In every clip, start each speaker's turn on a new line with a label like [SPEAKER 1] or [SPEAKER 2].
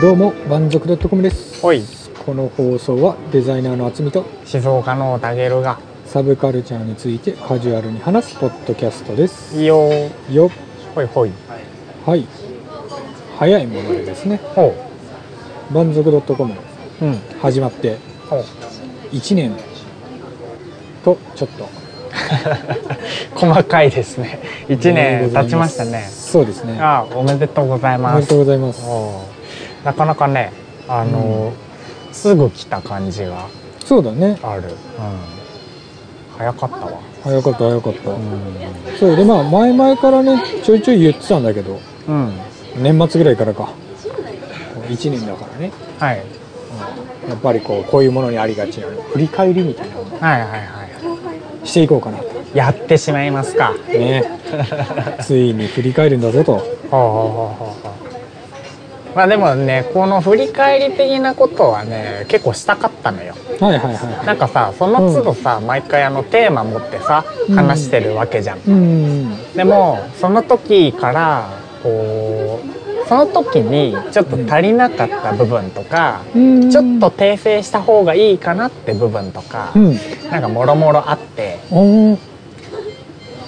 [SPEAKER 1] どうも満足 .com です
[SPEAKER 2] おい
[SPEAKER 1] この放送はデザイナーの厚みと
[SPEAKER 2] 静岡のタゲルが
[SPEAKER 1] サブカルチャーについてカジュアルに話すポッドキャストです
[SPEAKER 2] いいよー
[SPEAKER 1] よ
[SPEAKER 2] ほいほい
[SPEAKER 1] はい早いものでですね
[SPEAKER 2] ほ
[SPEAKER 1] 満足 .com
[SPEAKER 2] ううん
[SPEAKER 1] 始まって
[SPEAKER 2] ほう
[SPEAKER 1] 1年とちょっと
[SPEAKER 2] 細かいですね1
[SPEAKER 1] で
[SPEAKER 2] 年
[SPEAKER 1] ござい
[SPEAKER 2] 経ちましたね
[SPEAKER 1] すそうですね
[SPEAKER 2] あおめでとうござい
[SPEAKER 1] おめ
[SPEAKER 2] ま
[SPEAKER 1] ですとうございます
[SPEAKER 2] おーなかなかねあのーすぐ来た感じが
[SPEAKER 1] そうだね
[SPEAKER 2] ある、うん、早かったわ
[SPEAKER 1] 早かった早かった、
[SPEAKER 2] う
[SPEAKER 1] そうでまあ前々からねちょいちょい言ってたんだけど
[SPEAKER 2] ん、うん、
[SPEAKER 1] 年末ぐらいからか1年だからね
[SPEAKER 2] はい
[SPEAKER 1] やっぱりこうこういうものにありがちな振り返りみたいなのを
[SPEAKER 2] はいはいは
[SPEAKER 1] していこうかなと
[SPEAKER 2] いやってしまいますか
[SPEAKER 1] ねついに振り返るんだぞと
[SPEAKER 2] ほうほうほうほうほうまあでもねこの振り返り的なことはね結構したかったのよ
[SPEAKER 1] はいはいはい
[SPEAKER 2] なんかさその都度さ、毎回あのテーマ持ってさ
[SPEAKER 1] うん
[SPEAKER 2] 話してるわけじゃん、
[SPEAKER 1] うん
[SPEAKER 2] でもその時からこうその時にちょっと足りなかった部分とか、
[SPEAKER 1] うん
[SPEAKER 2] ちょっと訂正した方がいいかなって部分とか、
[SPEAKER 1] うん
[SPEAKER 2] なんかもろもろあって
[SPEAKER 1] おー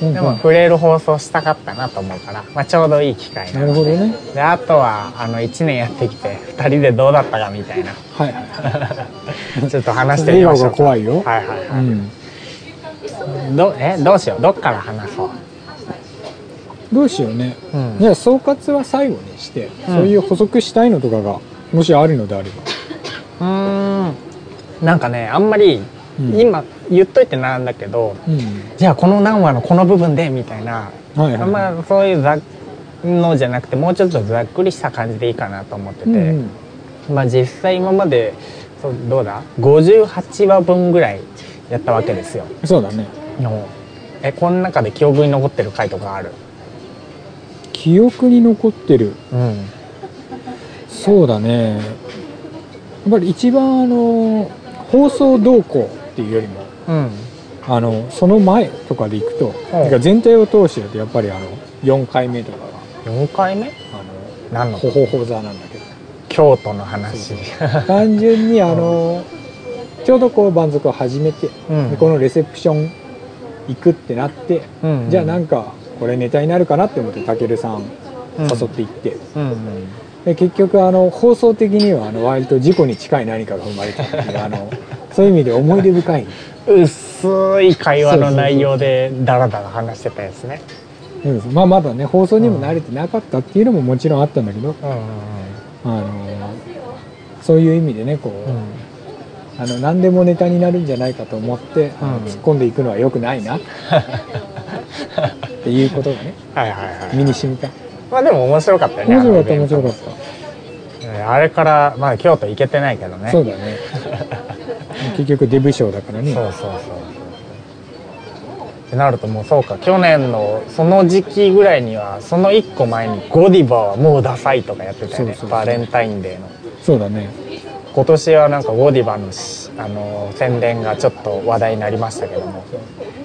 [SPEAKER 1] うん
[SPEAKER 2] でも
[SPEAKER 1] う
[SPEAKER 2] 触れる放送したかったなと思うから、まあ、ちょうどいい機会
[SPEAKER 1] ん
[SPEAKER 2] な
[SPEAKER 1] なる
[SPEAKER 2] の
[SPEAKER 1] ほど
[SPEAKER 2] で
[SPEAKER 1] ね
[SPEAKER 2] であとはあの1年やってきて2人でどうだったかみたいな
[SPEAKER 1] はいはいは
[SPEAKER 2] ちょっと話
[SPEAKER 1] い
[SPEAKER 2] してみ
[SPEAKER 1] 笑
[SPEAKER 2] ま
[SPEAKER 1] 顔
[SPEAKER 2] しょ
[SPEAKER 1] が
[SPEAKER 2] うか
[SPEAKER 1] 怖いよ、
[SPEAKER 2] はいはいはい、
[SPEAKER 1] うん、
[SPEAKER 2] どえどうしようどっから話そう、
[SPEAKER 1] どうしようね
[SPEAKER 2] うん
[SPEAKER 1] じゃあ総括は最後にして、そういう補足したいのとかがもしあるのであれば
[SPEAKER 2] うーんなんかねあんまり
[SPEAKER 1] うん
[SPEAKER 2] 今言っといてなんだけど、
[SPEAKER 1] うん
[SPEAKER 2] じゃあこの何話のこの部分でみたいな、
[SPEAKER 1] はいはい
[SPEAKER 2] あんまそういうざっのじゃなくてもうちょっとざっくりした感じでいいかなと思ってて、
[SPEAKER 1] うん
[SPEAKER 2] まあ実際今までそうどうだ58話分ぐらいやったわけですよ。
[SPEAKER 1] うん、そうだね
[SPEAKER 2] のえこの中で記憶に残ってる回とかある、
[SPEAKER 1] 記憶に残ってる
[SPEAKER 2] うん、
[SPEAKER 1] そうだねやっぱり一番あの放送動向っていうよりも
[SPEAKER 2] うん
[SPEAKER 1] あのその前とかでいくと、
[SPEAKER 2] うん
[SPEAKER 1] なんか全体を通してだとやっぱりあの4回目とかが
[SPEAKER 2] 4回目
[SPEAKER 1] あ
[SPEAKER 2] 何
[SPEAKER 1] の
[SPEAKER 2] の
[SPEAKER 1] ほほほ座なんだけど
[SPEAKER 2] 京都の話
[SPEAKER 1] 単純にあの、ちょうどこう番族を始めて、
[SPEAKER 2] うん
[SPEAKER 1] でこのレセプション行くってなって、
[SPEAKER 2] うん
[SPEAKER 1] じゃあなんかこれネタになるかなって思ってたけるさん
[SPEAKER 2] うん
[SPEAKER 1] 誘って行って、
[SPEAKER 2] うんうん
[SPEAKER 1] で結局あの放送的にはあの割と事故に近い何かが生まれたっていうあ のそういう意味で思い出深い、
[SPEAKER 2] 薄い会話の内容でダラダラ話してたやつね
[SPEAKER 1] うんまあ、まだね放送にも慣れてなかったっていうのももちろんあったんだけど、
[SPEAKER 2] うんうん
[SPEAKER 1] あのそういう意味でねこう、
[SPEAKER 2] うん
[SPEAKER 1] あの何でもネタになるんじゃないかと思って、あの
[SPEAKER 2] うん
[SPEAKER 1] 突っ込んでいくのは良くない なっていうことがね
[SPEAKER 2] はいはいはい
[SPEAKER 1] 身に染みた
[SPEAKER 2] まあでも面白かったよね
[SPEAKER 1] 面白かった
[SPEAKER 2] あ
[SPEAKER 1] 面
[SPEAKER 2] のイベント
[SPEAKER 1] 白
[SPEAKER 2] も
[SPEAKER 1] かった
[SPEAKER 2] えーあれからまだ京都行けてないけどね
[SPEAKER 1] そうだね 結局デブ賞だからね
[SPEAKER 2] そうそうそうってなるともうそうか去年のその時期ぐらいにはその1個前に「ゴディバはもうダサい」とかやってたよね
[SPEAKER 1] そうそうそう
[SPEAKER 2] バレンタインデーの
[SPEAKER 1] そうだね
[SPEAKER 2] 今年はなんかゴディバのしあの宣伝がちょっと話題になりましたけども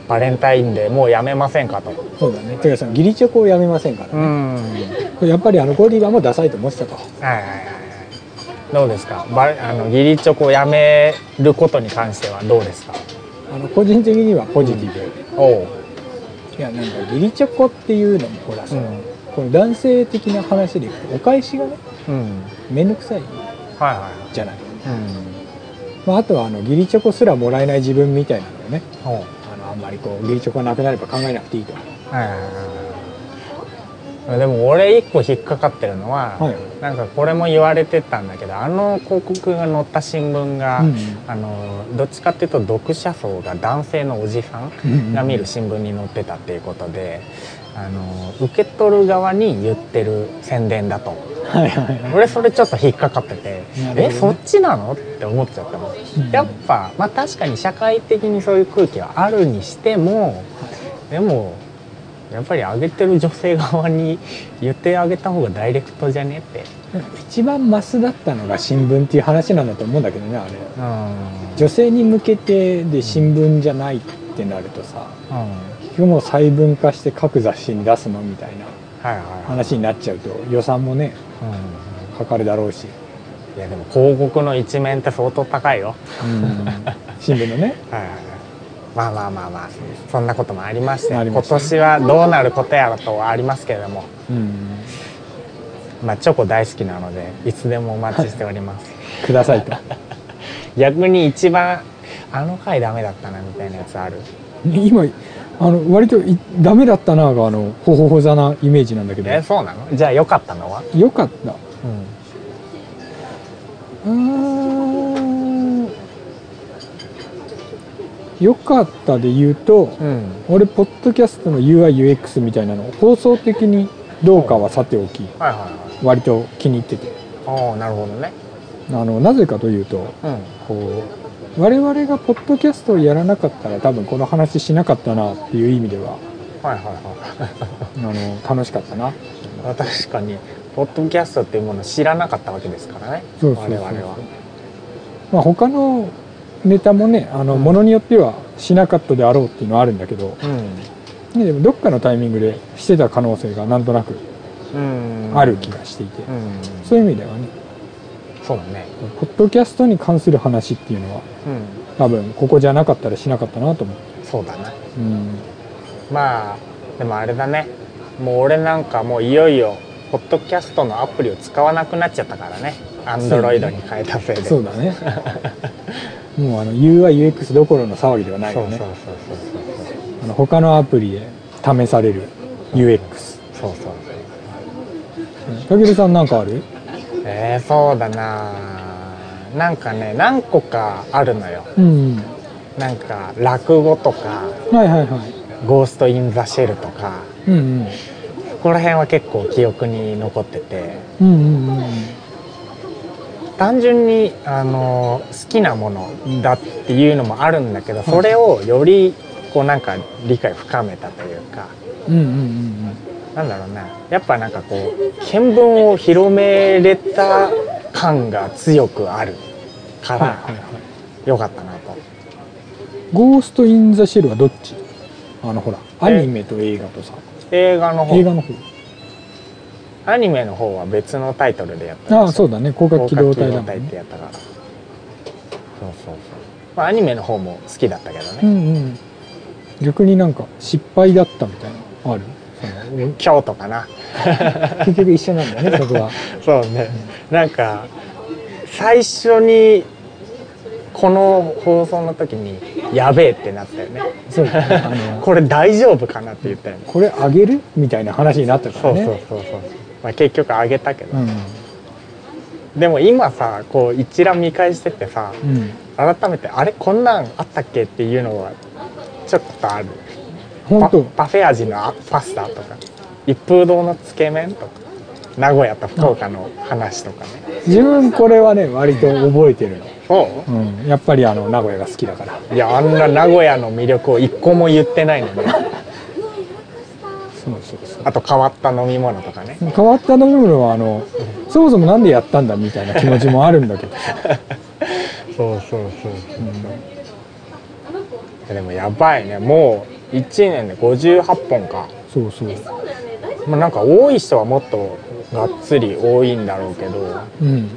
[SPEAKER 2] バレンタインデーもうやめませんかと
[SPEAKER 1] そうだねてかさ義理チョコをやめませんからね
[SPEAKER 2] うんはい
[SPEAKER 1] やっぱりあのゴディバもダサいと思ってたと
[SPEAKER 2] はいはいはいどうですかバレあの義理チョコをやめることに関してはどうですか
[SPEAKER 1] あの個人的にはポジティブ、
[SPEAKER 2] おう
[SPEAKER 1] いやなんか義理チョコっていうのもほらさ、
[SPEAKER 2] うん
[SPEAKER 1] この男性的な話でいくとお返しがね
[SPEAKER 2] うん
[SPEAKER 1] 面倒くさい
[SPEAKER 2] はいは
[SPEAKER 1] じゃない、
[SPEAKER 2] いうん
[SPEAKER 1] まあ、あとはあの義理チョコすらもらえない自分みたいなのをね
[SPEAKER 2] おう
[SPEAKER 1] あのあんまりこう義理チョコがなくなれば考えなくていいと
[SPEAKER 2] はいはいはいはいでも俺一個引っかかってるのは、
[SPEAKER 1] はい
[SPEAKER 2] なんかこれも言われてたんだけどあの広告が載った新聞が、
[SPEAKER 1] うん
[SPEAKER 2] あのどっちかっていうと読者層が男性のおじさ
[SPEAKER 1] うんうんうん
[SPEAKER 2] んが見る新聞に載ってたっていうことで、あの受け取る側に言ってる宣伝だと
[SPEAKER 1] はいはいはい
[SPEAKER 2] 俺それちょっと引っかかってて、
[SPEAKER 1] なるほどね
[SPEAKER 2] えそっちなのって思っちゃったの、
[SPEAKER 1] うん
[SPEAKER 2] やっぱまあ確かに社会的にそういう空気はあるにしてもでもやっぱり上げてる女性側に 言ってあげた方がダイレクトじゃねって
[SPEAKER 1] 一番マスだったのが新聞っていう話なんだと思うんだけどねあれ
[SPEAKER 2] うん、
[SPEAKER 1] 女性に向けてで新聞じゃないってなるとさ
[SPEAKER 2] うん、は
[SPEAKER 1] 結局もう細分化して各雑誌に出すのみたいない
[SPEAKER 2] はいはい、
[SPEAKER 1] 話になっちゃうと予算もね
[SPEAKER 2] うん
[SPEAKER 1] かかるだろうし
[SPEAKER 2] いやでも広告の一面って相当高いよ
[SPEAKER 1] うん、新聞のね
[SPEAKER 2] はいはいはいまあまあまあまあそんなこともありまして
[SPEAKER 1] ありま
[SPEAKER 2] 今
[SPEAKER 1] した
[SPEAKER 2] 年はどうなることやらとはありますけれども
[SPEAKER 1] うん
[SPEAKER 2] まあチョコ大好きなのでいつでもお待ちしております
[SPEAKER 1] くださいと
[SPEAKER 2] 逆に一番あの回ダメだったなみたいなやつある
[SPEAKER 1] 今あの割といダメだったながあのほほほざなイメージなんだけど
[SPEAKER 2] えそうなのじゃあ良かったのは、
[SPEAKER 1] よかった
[SPEAKER 2] うん、
[SPEAKER 1] うーんよかったで言うと、
[SPEAKER 2] うん。
[SPEAKER 1] 俺ポッドキャストの UIUX みたいなの放送的にどうかはさておき
[SPEAKER 2] はいはい
[SPEAKER 1] 割と気に入ってて
[SPEAKER 2] はい。ああ、なるほどね。
[SPEAKER 1] あのなぜかというと
[SPEAKER 2] うん。
[SPEAKER 1] こう我々がポッドキャストをやらなかったら多分この話しなかったなっていう意味では
[SPEAKER 2] はいはい
[SPEAKER 1] あの楽しかったな
[SPEAKER 2] はい。確かに、ポッドキャストっていうものを知らなかったわけですからね。
[SPEAKER 1] そうそうそう
[SPEAKER 2] 我々は。
[SPEAKER 1] まあ、他のネタもねあの、ものによってはしなかったであろうっていうのはあるんだけどねでもどっかのタイミングでしてた可能性がなんとなく
[SPEAKER 2] うん。うん。
[SPEAKER 1] ある気。がしていて、
[SPEAKER 2] うん。
[SPEAKER 1] そういう意味ではね
[SPEAKER 2] そうだね。
[SPEAKER 1] ポッドキャストに関する話っていうのは
[SPEAKER 2] うん。
[SPEAKER 1] 多分ここじゃなかったらしなかったなと思って、
[SPEAKER 2] そうだな。
[SPEAKER 1] うん、
[SPEAKER 2] まあ、でもあれだね。もう俺なんかもういよいよ、ポッドキャストのアプリを使わなくなっちゃったからね。アンドロイドに変えたせいで。
[SPEAKER 1] そうだ ねもうあの UIUX どころの騒ぎではない
[SPEAKER 2] そ
[SPEAKER 1] よ
[SPEAKER 2] うそう
[SPEAKER 1] ね
[SPEAKER 2] そうそうそう。
[SPEAKER 1] あの他のアプリで試される UX
[SPEAKER 2] そうそうそう。
[SPEAKER 1] たけるさんなんかある
[SPEAKER 2] えー、そうだななんかね何個かあるのよ
[SPEAKER 1] うん
[SPEAKER 2] なんか落語とか
[SPEAKER 1] はいはいはい
[SPEAKER 2] 「ゴースト・イン・ザ・シェル」とか
[SPEAKER 1] うんうん
[SPEAKER 2] ここら辺は結構記憶に残ってて
[SPEAKER 1] うんうんうん
[SPEAKER 2] 単純にあの好きなものだっていうのもあるんだけどそれをよりこうなんか理解深めたというか
[SPEAKER 1] うんうんうんうん
[SPEAKER 2] なんだろうなやっぱなんかこう見聞を広めれた感が強くあるか
[SPEAKER 1] はい
[SPEAKER 2] ら
[SPEAKER 1] はいはい
[SPEAKER 2] 良かったなと。
[SPEAKER 1] ゴースト・イン・ザ・シェルはどっちあのほらアニメと映画とさ
[SPEAKER 2] 映画の方
[SPEAKER 1] 映画の方
[SPEAKER 2] アニメの方は別のタイトルでやった
[SPEAKER 1] ああそうだね広角機動隊だ
[SPEAKER 2] 広角
[SPEAKER 1] も
[SPEAKER 2] 機
[SPEAKER 1] ん
[SPEAKER 2] って
[SPEAKER 1] ね
[SPEAKER 2] やったからそうそうそうまあアニメの方も好きだったけど
[SPEAKER 1] う
[SPEAKER 2] ね、
[SPEAKER 1] んうん逆になんか失敗だったみたいなのある
[SPEAKER 2] 京都かな
[SPEAKER 1] 結局一緒なんだねそこは
[SPEAKER 2] そうねなんか最初にこの放送の時に「やべえ」ってなったよね
[SPEAKER 1] そうだねあの
[SPEAKER 2] これ大丈夫かなって言ったよね
[SPEAKER 1] これあげるみたいな話になったか
[SPEAKER 2] そ
[SPEAKER 1] ら
[SPEAKER 2] う
[SPEAKER 1] ね
[SPEAKER 2] そうそうそう、まあ、結局あげたけど、
[SPEAKER 1] うん
[SPEAKER 2] でも今さこう一覧見返してってさ
[SPEAKER 1] うん
[SPEAKER 2] 改めてあれこんなんあったっけっていうのはちょっとある
[SPEAKER 1] 本当
[SPEAKER 2] パパフェ味のあパスタとか一風堂のつけ麺とか名古屋と福岡の話とかね
[SPEAKER 1] 自分これはね割と覚えてるの、
[SPEAKER 2] そ
[SPEAKER 1] うん、やっぱりあの名古屋が好きだから
[SPEAKER 2] ういやあんな名古屋の魅力を一個も言ってないのに
[SPEAKER 1] そうそうそう
[SPEAKER 2] あと変わった飲み物とかね
[SPEAKER 1] 変わった飲み物はあのそもそもなんでやったんだみたいな気持ちもあるんだけ ど
[SPEAKER 2] そうそうそうでもやばいねもう1年で58本か
[SPEAKER 1] そうそう
[SPEAKER 2] まあなんか多い人はもっとがっつり多いんだろうけど
[SPEAKER 1] うん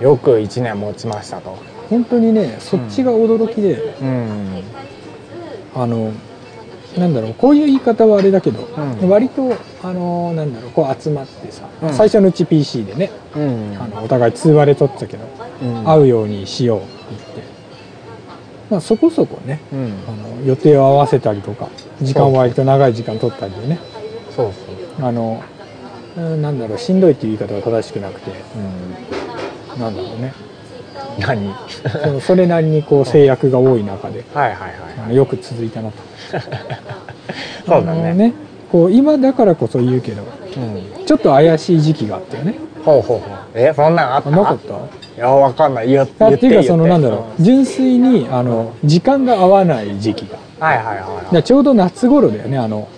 [SPEAKER 2] よく1年持ちましたと
[SPEAKER 1] 本当にねそっちが驚きで、
[SPEAKER 2] うん
[SPEAKER 1] あのなんだろうこういう言い方はあれだけど、
[SPEAKER 2] うん
[SPEAKER 1] 割とあのなんだろうこう集まってさ、
[SPEAKER 2] うん
[SPEAKER 1] 最初のうち PC でね
[SPEAKER 2] うん
[SPEAKER 1] あのお互い通話で撮ってたけど、
[SPEAKER 2] うん
[SPEAKER 1] 会うようにしようって言って、まあ、そこそこね
[SPEAKER 2] うん
[SPEAKER 1] あの予定を合わせたりとか時間は割と長い時間取ったりでね
[SPEAKER 2] そうそう
[SPEAKER 1] あのうんなんだろうしんどいっていう言い方は正しくなくて
[SPEAKER 2] うん
[SPEAKER 1] なんだろうね
[SPEAKER 2] 何
[SPEAKER 1] そのそれなりにこう制約が多い中で
[SPEAKER 2] はいはいはい
[SPEAKER 1] あのよく続いたなと
[SPEAKER 2] そうだ
[SPEAKER 1] あの
[SPEAKER 2] ね
[SPEAKER 1] ねこう今だからこそ言うけど
[SPEAKER 2] うん
[SPEAKER 1] ちょっと怪しい時期があったよね
[SPEAKER 2] ほうほうほうえそんなんあった
[SPEAKER 1] あなかった
[SPEAKER 2] いやわかんない言
[SPEAKER 1] あ
[SPEAKER 2] 言
[SPEAKER 1] っていうかそのなんだろう
[SPEAKER 2] 言って
[SPEAKER 1] 純粋にあの時間が合わない時期が
[SPEAKER 2] うんはいはいはい
[SPEAKER 1] だからちょうど夏頃だよねあの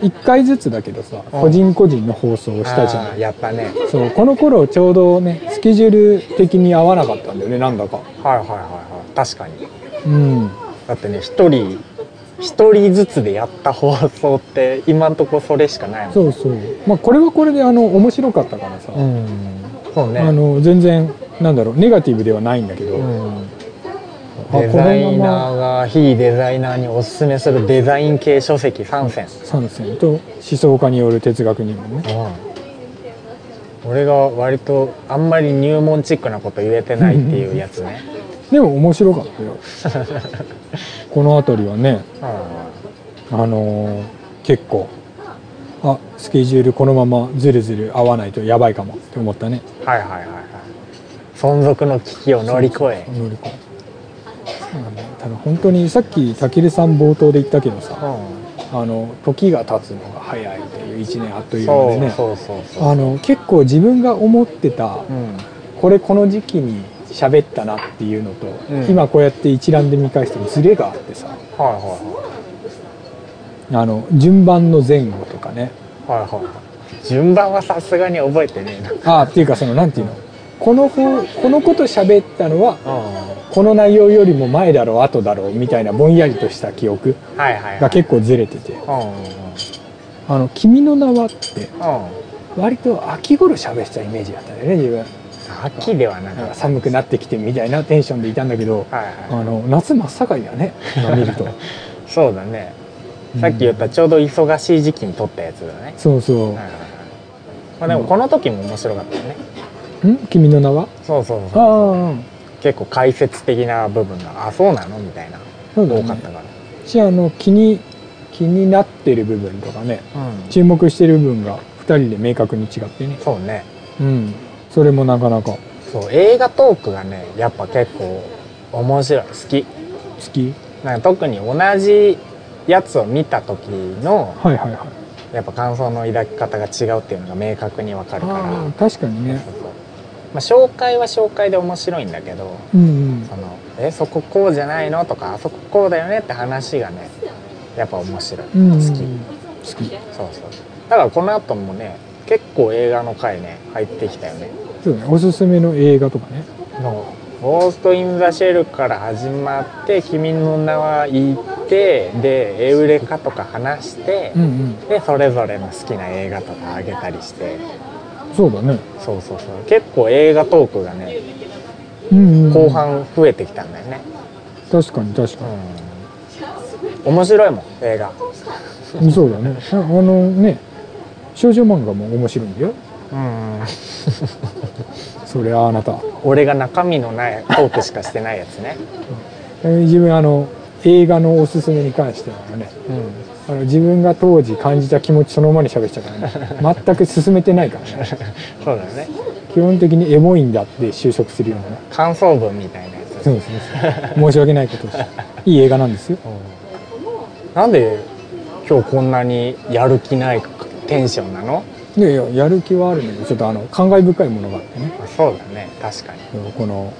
[SPEAKER 1] 1回ずつだけどさ
[SPEAKER 2] うん
[SPEAKER 1] 個人個人の放送を
[SPEAKER 2] はい
[SPEAKER 1] したじゃな
[SPEAKER 2] あー
[SPEAKER 1] い
[SPEAKER 2] やったねはい
[SPEAKER 1] そうこの頃ちょうどねスケジュール的に合わなかったんだよねなんだか
[SPEAKER 2] はいはいはい確かに
[SPEAKER 1] うん
[SPEAKER 2] だってね一人一人ずつでやった放送って今んとこそれしかないもん
[SPEAKER 1] そうそうまあこれはこれであの面白かったからさ、
[SPEAKER 2] うんそうね
[SPEAKER 1] あの全然なんだろうネガティブではないんだけど、
[SPEAKER 2] うん
[SPEAKER 1] あ
[SPEAKER 2] デザイ
[SPEAKER 1] このま
[SPEAKER 2] ナーが非デザイナーにおすすめするデザイン系書籍3選、
[SPEAKER 1] 三線と思想家による哲学入門ね
[SPEAKER 2] 俺が割とあんまり入門チックなこと言えてないっていうやつ ね、
[SPEAKER 1] でも面白かった よこの辺りはね
[SPEAKER 2] う
[SPEAKER 1] あのー結構あスケジュールこのままずるずる合わないとやばいかもって思ったね
[SPEAKER 2] ん、はいはいはいはい存続の危機を乗り越え
[SPEAKER 1] 乗り込むそうなんだよただ本当にさっきたけるさん冒頭で言ったけど
[SPEAKER 2] う
[SPEAKER 1] さ
[SPEAKER 2] ん
[SPEAKER 1] あの時が経つのが早いという1年あっという間で
[SPEAKER 2] そう
[SPEAKER 1] ね
[SPEAKER 2] そうそうそう
[SPEAKER 1] あの結構自分が思ってた
[SPEAKER 2] うん
[SPEAKER 1] これこの時期に喋ったなっていうのと、
[SPEAKER 2] うん
[SPEAKER 1] 今こうやって一覧で見返してもズレがあってさ
[SPEAKER 2] はいは
[SPEAKER 1] あの順番の前後とかね
[SPEAKER 2] いはいはいはいはい順番はさすがに覚えてねえな
[SPEAKER 1] ああっていうかそのなんていうのこの方このこと喋ったのは
[SPEAKER 2] うん
[SPEAKER 1] この内容よりも前だろう後だろうみたいなぼんやりとした記憶
[SPEAKER 2] はいはいは
[SPEAKER 1] が
[SPEAKER 2] い
[SPEAKER 1] 結構ずれてて
[SPEAKER 2] うんうん
[SPEAKER 1] 「あの君の名は」って
[SPEAKER 2] うんうん
[SPEAKER 1] 割と秋頃喋ってたイメージだったんだよね自分
[SPEAKER 2] 秋では
[SPEAKER 1] な
[SPEAKER 2] な
[SPEAKER 1] ん
[SPEAKER 2] か
[SPEAKER 1] か
[SPEAKER 2] っ
[SPEAKER 1] 寒くなってきてみたいなテンションでいたんだけど
[SPEAKER 2] たはいはい
[SPEAKER 1] あの夏真っ盛りだね今見る と
[SPEAKER 2] そうだねさっき言ったちょうど忙しい時期に撮ったやつだね、
[SPEAKER 1] そうそう
[SPEAKER 2] はいはいはいまあ、でもこの時も面白かったよね
[SPEAKER 1] 「ん君の名は?
[SPEAKER 2] そうそう」
[SPEAKER 1] あ
[SPEAKER 2] そう
[SPEAKER 1] あ
[SPEAKER 2] 結構解説的な部分があそうなのみたいな
[SPEAKER 1] そうだ
[SPEAKER 2] 多
[SPEAKER 1] ね
[SPEAKER 2] かったから、
[SPEAKER 1] しあの気に気になってる部分とかね
[SPEAKER 2] うん
[SPEAKER 1] 注目してる部分が2人で明確に違ってね
[SPEAKER 2] そうね
[SPEAKER 1] うんそれもなかなか好
[SPEAKER 2] そう映画トークがねやっぱ結構面白い好き
[SPEAKER 1] き
[SPEAKER 2] なんか特に同じやつを見た時の
[SPEAKER 1] はいはいはい
[SPEAKER 2] やっぱ感想の抱き方が違うっていうのが明確にわかるから
[SPEAKER 1] あー確かにね
[SPEAKER 2] そうそうまあ、紹介は紹介で面白いんだけど
[SPEAKER 1] うんうん
[SPEAKER 2] そのえそここうじゃないのとかあそここうだよねって話がねやっぱ面白い、
[SPEAKER 1] うんうん
[SPEAKER 2] 好き
[SPEAKER 1] 好き
[SPEAKER 2] そうそうだからこの後もね結構映画の回ね入ってきたよね
[SPEAKER 1] そうねおすすめの映画とかね
[SPEAKER 2] の「ゴースト・イン・ザ・シェル」から始まって「君の名は」行ってで「エウレカ」とか話して
[SPEAKER 1] うんうん
[SPEAKER 2] でそれぞれの好きな映画とかあげたりして
[SPEAKER 1] そうだね
[SPEAKER 2] そうそうそう結構映画トークがね
[SPEAKER 1] うんうん
[SPEAKER 2] 後半増えてきたんだよね
[SPEAKER 1] 確かに確か
[SPEAKER 2] うん面白いもん映画
[SPEAKER 1] にそうだねああのね少女漫画も面白いんだよ
[SPEAKER 2] うん
[SPEAKER 1] それはあなた
[SPEAKER 2] 俺が中身のないトークしかしてないやつね、
[SPEAKER 1] えー自分あの映画のおすすめに関してはね
[SPEAKER 2] うん、
[SPEAKER 1] あ の自分が当時感じた気持ちそのままに喋っちゃう からね全く進めてないからね
[SPEAKER 2] そうだね
[SPEAKER 1] 基本的にエモいんだって就職するようなね
[SPEAKER 2] 感想文みたいなやつ
[SPEAKER 1] そうですね申し訳ないことをしていい映画なんですよ
[SPEAKER 2] うんなんで今日こんなにやる気ないテンションなの
[SPEAKER 1] いやいややる気はあるんだけどちょっとあの感慨深いものがあってね
[SPEAKER 2] あそうだね確かに
[SPEAKER 1] この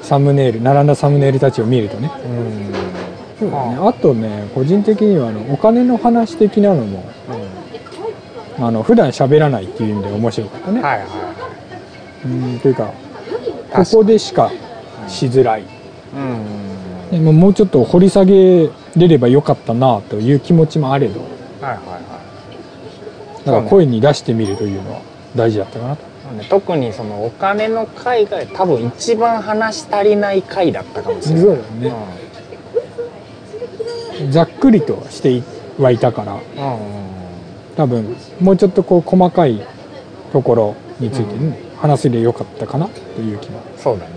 [SPEAKER 1] サムネイル並んだサムネイルたちを見るとね
[SPEAKER 2] うん
[SPEAKER 1] そうだねあとね個人的にはあのお金の話的なのもあの普段喋らないっていう意味で面白かった
[SPEAKER 2] うん
[SPEAKER 1] ね、
[SPEAKER 2] はいはいは
[SPEAKER 1] うんというかこ
[SPEAKER 2] 確かに
[SPEAKER 1] こでしかしづらい、
[SPEAKER 2] いうん
[SPEAKER 1] でももうちょっと掘り下げれればよかったなという気持ちもあれど
[SPEAKER 2] はいはいは
[SPEAKER 1] だから声に出してみるというのは大事だったかなと
[SPEAKER 2] いなんで特にそのお金の回が多分一番話し足りない回だったかもしれない
[SPEAKER 1] そうだねざっくりとしてはいたから
[SPEAKER 2] うんうんうん
[SPEAKER 1] 多分もうちょっとこう細かいところについてね、話せればよかったかなという気も
[SPEAKER 2] そうだね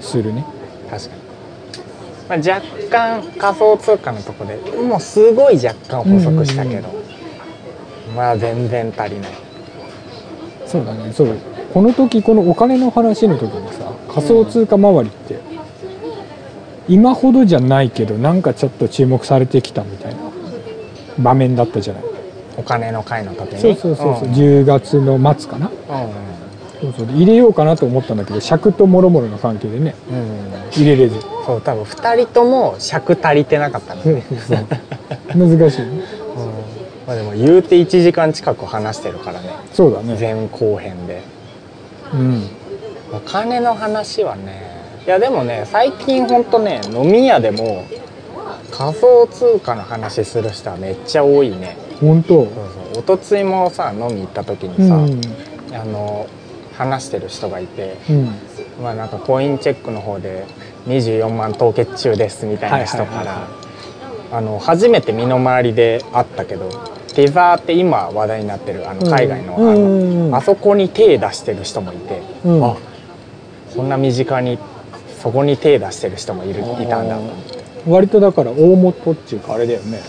[SPEAKER 1] するね
[SPEAKER 2] 確かに、まあ、若干仮想通貨のとこでもうすごい若干補足したけど、まあ全然足りない
[SPEAKER 1] そうだねそうこの時このお金の話の時にさ仮想通貨周りって、今ほどじゃないけどなんかちょっと注目されてきたみたいな場面だったじゃない
[SPEAKER 2] お金の会の時に
[SPEAKER 1] そうそうそうそう、
[SPEAKER 2] ん
[SPEAKER 1] 10月の末かな
[SPEAKER 2] うん
[SPEAKER 1] そうそうで入れようかなと思ったんだけど尺ともろもろの関係でね
[SPEAKER 2] うん、
[SPEAKER 1] 入れ れず
[SPEAKER 2] そう多分2人とも尺足りてなかったのね、
[SPEAKER 1] 難しいね
[SPEAKER 2] うん まあ、でも言うて1時間近く話してるからね
[SPEAKER 1] そうだね
[SPEAKER 2] 前後編で
[SPEAKER 1] うん
[SPEAKER 2] お金の話はねいやでもね最近ほんとね飲み屋でも仮想通貨の話する人はめっちゃ多いね
[SPEAKER 1] 本当
[SPEAKER 2] そうそうおとついもさ飲み行った時
[SPEAKER 1] う
[SPEAKER 2] にさ、
[SPEAKER 1] ん
[SPEAKER 2] あの話してる人がいて、
[SPEAKER 1] うん
[SPEAKER 2] まあ、なんか婚姻チェックの方で24万凍結中ですみたいな人
[SPEAKER 1] はいは
[SPEAKER 2] か
[SPEAKER 1] いはい
[SPEAKER 2] ら
[SPEAKER 1] は
[SPEAKER 2] あの初めて身の回りで会ったけどティザーって今話題になってるあの海外の,、
[SPEAKER 1] うんうん
[SPEAKER 2] あのあそこに手出してる人もいて、
[SPEAKER 1] うん
[SPEAKER 2] あこんな身近にそこに手出してる人もいるいたんだと思って、
[SPEAKER 1] 割とだから大元っていうかあれだよね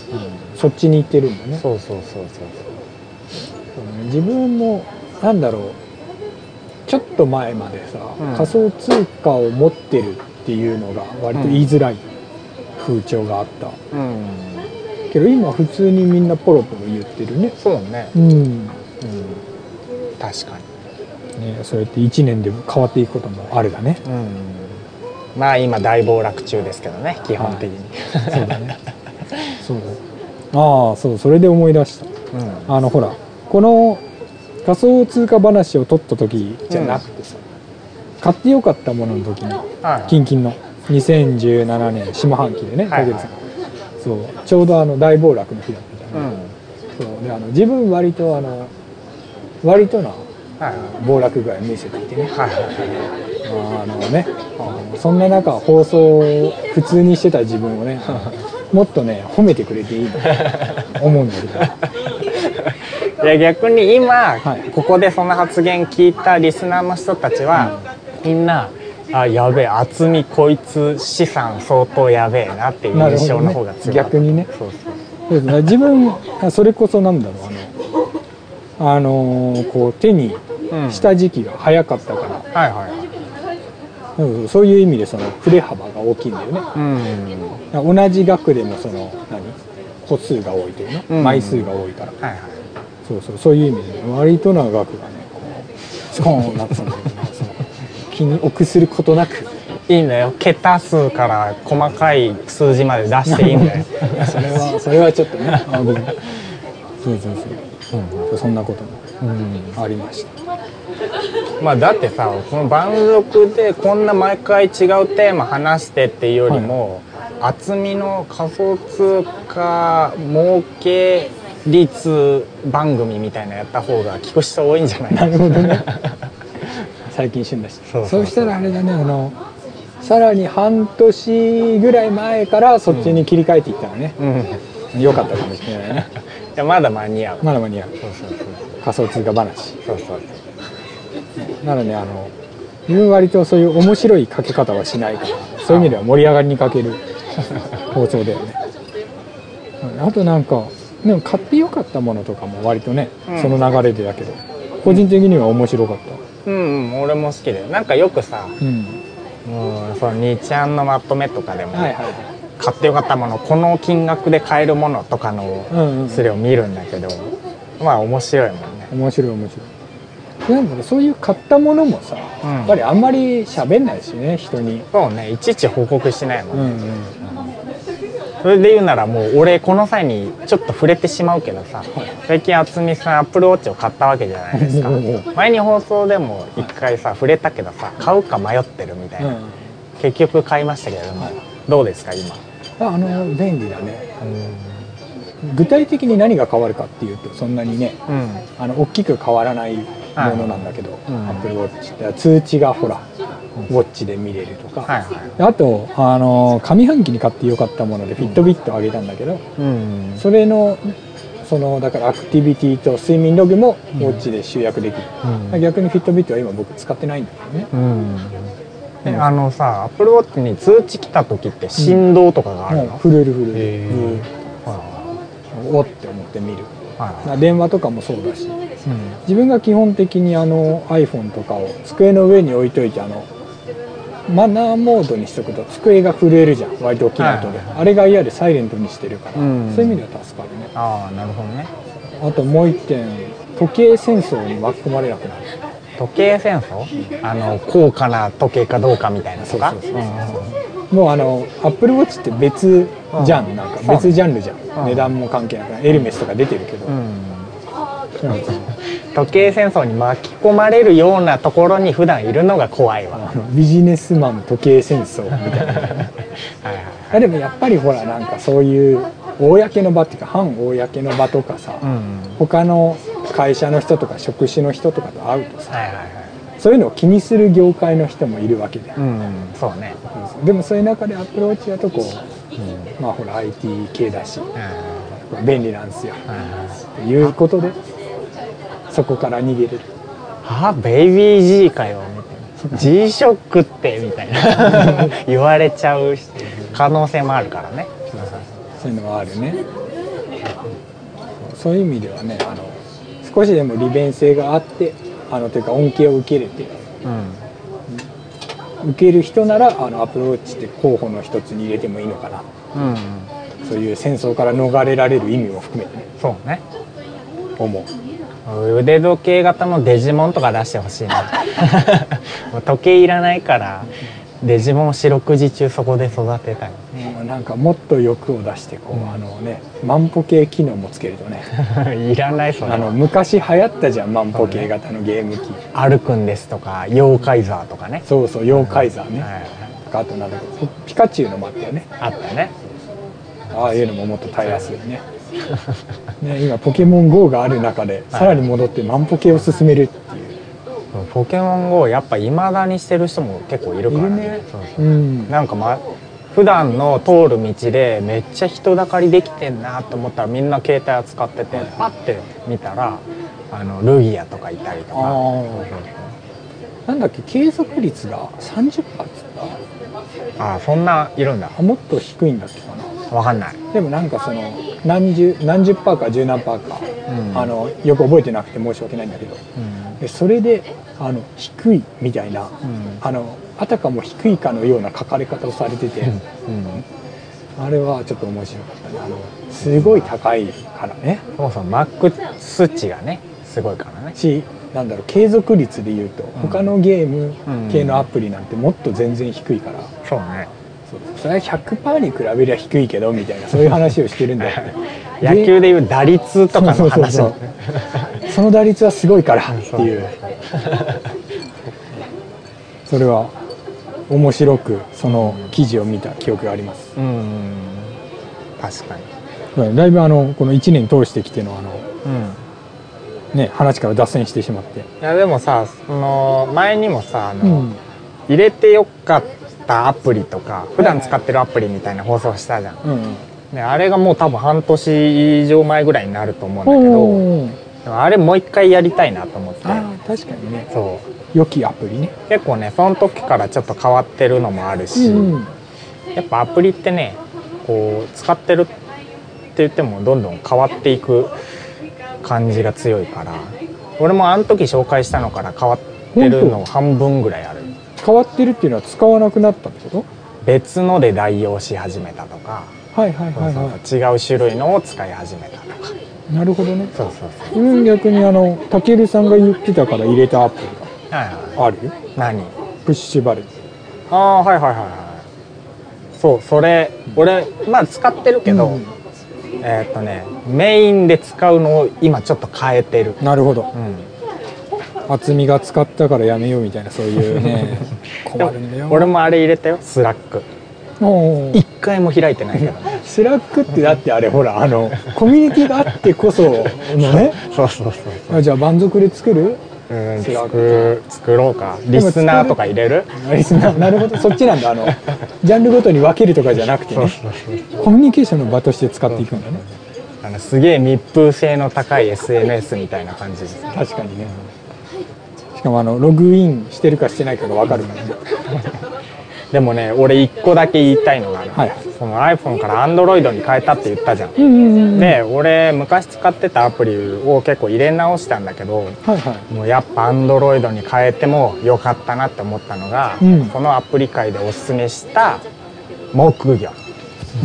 [SPEAKER 1] そっちに行ってるんだね
[SPEAKER 2] そうそうそうそう
[SPEAKER 1] そうね自分もなんだろうちょっと前までさ、
[SPEAKER 2] うん
[SPEAKER 1] 仮想通貨を持ってるっていうのが割と言いづらい風潮があった、
[SPEAKER 2] そううん
[SPEAKER 1] けど今普通にみんなポロポロ言ってるね
[SPEAKER 2] そうね、
[SPEAKER 1] うんね
[SPEAKER 2] うん、確かに
[SPEAKER 1] そうやって1年で変わっていくこともあるだね
[SPEAKER 2] うんまあ今大暴落中ですけどね基本的に、
[SPEAKER 1] そうだねそうだああそうそれで思い出した
[SPEAKER 2] うん
[SPEAKER 1] あのほらこの仮想通貨話を取った時じゃなくてさ、買ってよかったものの時に
[SPEAKER 2] はい
[SPEAKER 1] キンキンの2017年下半期でね
[SPEAKER 2] はいはい
[SPEAKER 1] 武さんそうちょうどあの大暴落の日だったじゃ
[SPEAKER 2] うん
[SPEAKER 1] ん、
[SPEAKER 2] はい
[SPEAKER 1] そうであの自分割とあの割とな
[SPEAKER 2] はい
[SPEAKER 1] 暴落具合を見せていてね
[SPEAKER 2] はいはい
[SPEAKER 1] あのねあのそんな中放送を普通にしてた自分をねもっとね褒めてくれていいの思うんだけど
[SPEAKER 2] いや逆に今、
[SPEAKER 1] はい
[SPEAKER 2] ここでその発言聞いたリスナーの人たちは、みんなあやべえ厚みこいつ資産相当やべえなっていう
[SPEAKER 1] なる
[SPEAKER 2] 印
[SPEAKER 1] ほ
[SPEAKER 2] 象
[SPEAKER 1] ど
[SPEAKER 2] の方が
[SPEAKER 1] ね
[SPEAKER 2] 強い、
[SPEAKER 1] 逆にね
[SPEAKER 2] そうそう
[SPEAKER 1] そうですね自分あそれこそなんだろうあのあのーこう手に
[SPEAKER 2] うん
[SPEAKER 1] した時期が早かったから、
[SPEAKER 2] はいはいはい
[SPEAKER 1] うんそういう意味でその振れ幅が大きいんだよね
[SPEAKER 2] うん
[SPEAKER 1] 同じ額でもその何個数が多いというの、
[SPEAKER 2] うん
[SPEAKER 1] 枚数が多いから
[SPEAKER 2] はいはい
[SPEAKER 1] そうそうそういう意味でね割とな額がねこうスコーンなってたんだけど、ね、その気に臆することな く
[SPEAKER 2] いいんだよ桁数から細かい数字まで出していい んだよ
[SPEAKER 1] それはそれはちょっとねあごめんそうそうそう、そんなことも
[SPEAKER 2] うん
[SPEAKER 1] ありました
[SPEAKER 2] まあだってさこの番族でこんな毎回違うテーマ話してっていうよりも、厚みの仮想通貨儲け率番組みたいなやった方が聞く人多いんじゃない
[SPEAKER 1] な
[SPEAKER 2] か
[SPEAKER 1] るほどね最近死んだし
[SPEAKER 2] そうそうそう
[SPEAKER 1] したらあれだねあのさらに半年ぐらい前からそっちに切り替えていったらね、
[SPEAKER 2] うんい
[SPEAKER 1] 良かったかもしれないね
[SPEAKER 2] やまだ間に合う
[SPEAKER 1] まだ間に合う
[SPEAKER 2] そうそう
[SPEAKER 1] 仮想通貨話
[SPEAKER 2] そうそうそう
[SPEAKER 1] なのであの自分割とそういう面白いかけ方はしないからそういう意味では盛り上がりにかける包丁だよねうんあとなんかでも買って良かったものとかも割とね、
[SPEAKER 2] うん
[SPEAKER 1] その流れでだけど個人的には面白かっ
[SPEAKER 2] そううん、うん、俺も好きだよなんかよくさ、
[SPEAKER 1] たうん
[SPEAKER 2] うん、その2ちゃんのまとめとかでも、
[SPEAKER 1] はいはいはい
[SPEAKER 2] 買ってよかったものこの金額で買えるものとか
[SPEAKER 1] うんう
[SPEAKER 2] の
[SPEAKER 1] ん
[SPEAKER 2] それを見るんだけど、まあ面白いもんね
[SPEAKER 1] 面白い面白いなんだろうそういう買ったものもさ、
[SPEAKER 2] うん
[SPEAKER 1] やっぱりあんまり喋んないしね人に
[SPEAKER 2] そうねいちいち報告しないも
[SPEAKER 1] うん
[SPEAKER 2] ね、
[SPEAKER 1] んうん
[SPEAKER 2] それで言うならもう俺この際にちょっと触れてしまうけどさ最近渥美さんアップルウォッチを買ったわけじゃないですか
[SPEAKER 1] おうおう
[SPEAKER 2] 前に放送でも一回さ触れたけどさ買うか迷ってるみたいな、結局買いましたけれども、どうですか今
[SPEAKER 1] ああの便利だね具体的に何が変わるかっていうとそんなにね
[SPEAKER 2] うん、
[SPEAKER 1] あの大きく変わらないものなんだけど、
[SPEAKER 2] うん
[SPEAKER 1] Apple Watch って通知がほら、ウォッチで見れるとか、
[SPEAKER 2] はいは
[SPEAKER 1] あとあの上半期に買ってよかったものでフィットビットあげたんだけど、
[SPEAKER 2] いうん
[SPEAKER 1] それのそのだからアクティビティと睡眠ログもウォッチで集約できる、
[SPEAKER 2] うん
[SPEAKER 1] 逆にフィットビットは今僕使ってないんだけどね
[SPEAKER 2] うんえあのさアップルウォッチに通知来た時って振動とかがある
[SPEAKER 1] もう
[SPEAKER 2] の、
[SPEAKER 1] 震える震え
[SPEAKER 2] へ
[SPEAKER 1] る、
[SPEAKER 2] ー
[SPEAKER 1] うんおって思って見る
[SPEAKER 2] はい
[SPEAKER 1] な電話とかもそうだし
[SPEAKER 2] うん
[SPEAKER 1] 自分が基本的にあの iPhone とかを机の上に置いといてあのマナーモードにしとくと机が震えるじゃん割と大きな音で、
[SPEAKER 2] はいはいは
[SPEAKER 1] あれが嫌でサイレントにしてるから、
[SPEAKER 2] うん
[SPEAKER 1] そういう意味では助かるね
[SPEAKER 2] ああなるほどね
[SPEAKER 1] あともう一点時計戦争に巻き込まれなくなる
[SPEAKER 2] 時計戦争あの高価な時計かどうかみたいなとか
[SPEAKER 1] そう
[SPEAKER 2] う
[SPEAKER 1] そ
[SPEAKER 2] ん
[SPEAKER 1] う
[SPEAKER 2] う
[SPEAKER 1] そうんもうあのアップルウォッチって別じゃん、
[SPEAKER 2] うん
[SPEAKER 1] なん
[SPEAKER 2] そうね
[SPEAKER 1] か別ジャンルじゃん、
[SPEAKER 2] ん
[SPEAKER 1] 値段も関係なくないエルメスとか出てるけど、なんか
[SPEAKER 2] 時計戦争に巻き込まれるようなところに普段いるのが怖いわ
[SPEAKER 1] あのビジネスマン時計戦争みたいな
[SPEAKER 2] はいはい
[SPEAKER 1] あでもやっぱりほらなんかそういう公の場っていうか反公の場とかさ、
[SPEAKER 2] うん
[SPEAKER 1] 他の会社の人とか職種の人とかと会うとさ
[SPEAKER 2] はいはいはい
[SPEAKER 1] そういうのを気にする業界の人もいるわけで、
[SPEAKER 2] うんそうね
[SPEAKER 1] でもそういう中でアプローチだとこう、まあほら IT 系だし
[SPEAKER 2] うん
[SPEAKER 1] 便利なんですよ
[SPEAKER 2] はいは
[SPEAKER 1] と
[SPEAKER 2] い
[SPEAKER 1] いうことでそこから逃げれる
[SPEAKER 2] あベイビー G かよみたいな G ショックってみたいな 言われちゃう可能性もあるからね
[SPEAKER 1] そういうのはあるねそういう意味ではねあの少しでも利便性があってあのというか恩恵を受けれて
[SPEAKER 2] うん
[SPEAKER 1] 受ける人ならあのアプローチって候補の一つに入れてもいいのかな
[SPEAKER 2] うん
[SPEAKER 1] そういう戦争から逃れられる意味も含めてね
[SPEAKER 2] そうね
[SPEAKER 1] 思う
[SPEAKER 2] 腕時計型のデジモンとか出してほしい なもう時計いらないからデジモンを四六時中そこで育てたい
[SPEAKER 1] もうなんかもっと欲を出してこう、あのね万歩計機能もつけるとね
[SPEAKER 2] いらないそれ
[SPEAKER 1] あの
[SPEAKER 2] は
[SPEAKER 1] 昔流行ったじゃん万歩計型のゲーム機
[SPEAKER 2] 歩くんですとか妖怪ザーとかね
[SPEAKER 1] そうそう妖怪座ね、
[SPEAKER 2] はい
[SPEAKER 1] とかあとなんだっけピカチュウのもあったよね
[SPEAKER 2] あったね
[SPEAKER 1] ああいうのももっとたやすいねね今ポケモン GO がある中でさらに戻って万歩計を進めるっていう
[SPEAKER 2] ポケモン GO やっぱ未だにしてる人も結構いるからね
[SPEAKER 1] いるね
[SPEAKER 2] そうそう
[SPEAKER 1] うん
[SPEAKER 2] なんかま普段の通る道でめっちゃ人だかりできてんなと思ったらみんな携帯扱っててパッて見たらあのルギアとかいたりと
[SPEAKER 1] あ
[SPEAKER 2] か
[SPEAKER 1] あなんだっけ継続率が30%っつっ
[SPEAKER 2] あそんないるんだ
[SPEAKER 1] たあもっと低いんだっけかな
[SPEAKER 2] わかんない
[SPEAKER 1] でもなんかその何十何十パーか十何パーか、
[SPEAKER 2] うん
[SPEAKER 1] あのよく覚えてなくて申し訳ないんだけど
[SPEAKER 2] うん
[SPEAKER 1] でそれであの低いみたいな、
[SPEAKER 2] ん
[SPEAKER 1] あのあたかも低いかのような書かれ方をされてて、
[SPEAKER 2] うん
[SPEAKER 1] あれはちょっと面白かったねあのすごい高いからね
[SPEAKER 2] そもそもマックス値がねすごいからね
[SPEAKER 1] しなんだろう継続率でいうと他のゲーム系のアプリなんてもっと全然低いから、
[SPEAKER 2] そうね
[SPEAKER 1] そうそれは100%に比べりゃ低いけどみたいなそういう話をして るんだよね
[SPEAKER 2] 野球でいう打率とかの話
[SPEAKER 1] そうそう
[SPEAKER 2] だね
[SPEAKER 1] そうその打率はすごいからっていうそれは面白くその記事を見た記憶があります、
[SPEAKER 2] うん確かに
[SPEAKER 1] だいぶあのこの1年通してきてのあの
[SPEAKER 2] うん
[SPEAKER 1] ね話から脱線してしまって
[SPEAKER 2] いやでもさその前にもさあ
[SPEAKER 1] う
[SPEAKER 2] の、
[SPEAKER 1] ん
[SPEAKER 2] 入れてよかったアプリとか普段使ってるアプリみたいな放送したじゃん、
[SPEAKER 1] うん
[SPEAKER 2] ね、あれがもう多分半年以上前ぐらいになると思うんだけど
[SPEAKER 1] おー
[SPEAKER 2] でもあれもう一回やりたいなと思って
[SPEAKER 1] あー確かにね
[SPEAKER 2] そ
[SPEAKER 1] 良きアプリね
[SPEAKER 2] う結構ねその時からちょっと変わってるのもあるし、
[SPEAKER 1] うん
[SPEAKER 2] やっぱアプリってねこう使ってるって言ってもどんどん変わっていく感じが強いから俺もあの時紹介したのから変わってるの半分ぐらいある
[SPEAKER 1] 変わってるっていうのは使わなくなったってこと
[SPEAKER 2] 別ので代用し始めたとか、
[SPEAKER 1] はいはいはいは
[SPEAKER 2] そうそう違う種類のを使い始めたとか
[SPEAKER 1] いなるほどね
[SPEAKER 2] そうそう
[SPEAKER 1] 自
[SPEAKER 2] そ
[SPEAKER 1] 分逆にあのたけるさんが言ってたから入れたアプリ
[SPEAKER 2] うはいは
[SPEAKER 1] があるよ
[SPEAKER 2] い何
[SPEAKER 1] プッシュバル
[SPEAKER 2] ああはいはいはいはいそうそれ俺まあ使ってるけど、
[SPEAKER 1] うん
[SPEAKER 2] えーっとねメインで使うのを今ちょっと変えてる
[SPEAKER 1] なるほど
[SPEAKER 2] うん
[SPEAKER 1] 厚みが使ったからやめようみたいなそういう ね困るんだよ
[SPEAKER 2] 俺もあれ入れたよスラック
[SPEAKER 1] も
[SPEAKER 2] 一回も開いてないけどね
[SPEAKER 1] スラックってだってあれほらあのコミュニティがあってこそのね
[SPEAKER 2] そうそうそう
[SPEAKER 1] あじゃあ満足で作る
[SPEAKER 2] うん
[SPEAKER 1] スラッ
[SPEAKER 2] 作作ろうかリスナーとか入れ る
[SPEAKER 1] あれななるほどそっちなんだあのジャンルごとに分けるとかじゃなくてね コミュニケーションの場として使っていくんだね
[SPEAKER 2] あのすげえ密封性の高い SNS みたいな感じです
[SPEAKER 1] 確かにねしかもあのログインしてるかしてないかが分かるからね
[SPEAKER 2] でもね俺1個だけ言いたいのがある、
[SPEAKER 1] はい
[SPEAKER 2] その iPhone から Android に変えたって言ったじゃん、
[SPEAKER 1] うんうん
[SPEAKER 2] で俺昔使ってたアプリを結構入れ直したんだけど
[SPEAKER 1] はいはい
[SPEAKER 2] もうやっぱ Android に変えてもよかったなって思ったのが、
[SPEAKER 1] うん
[SPEAKER 2] このアプリ界でおすすめした木魚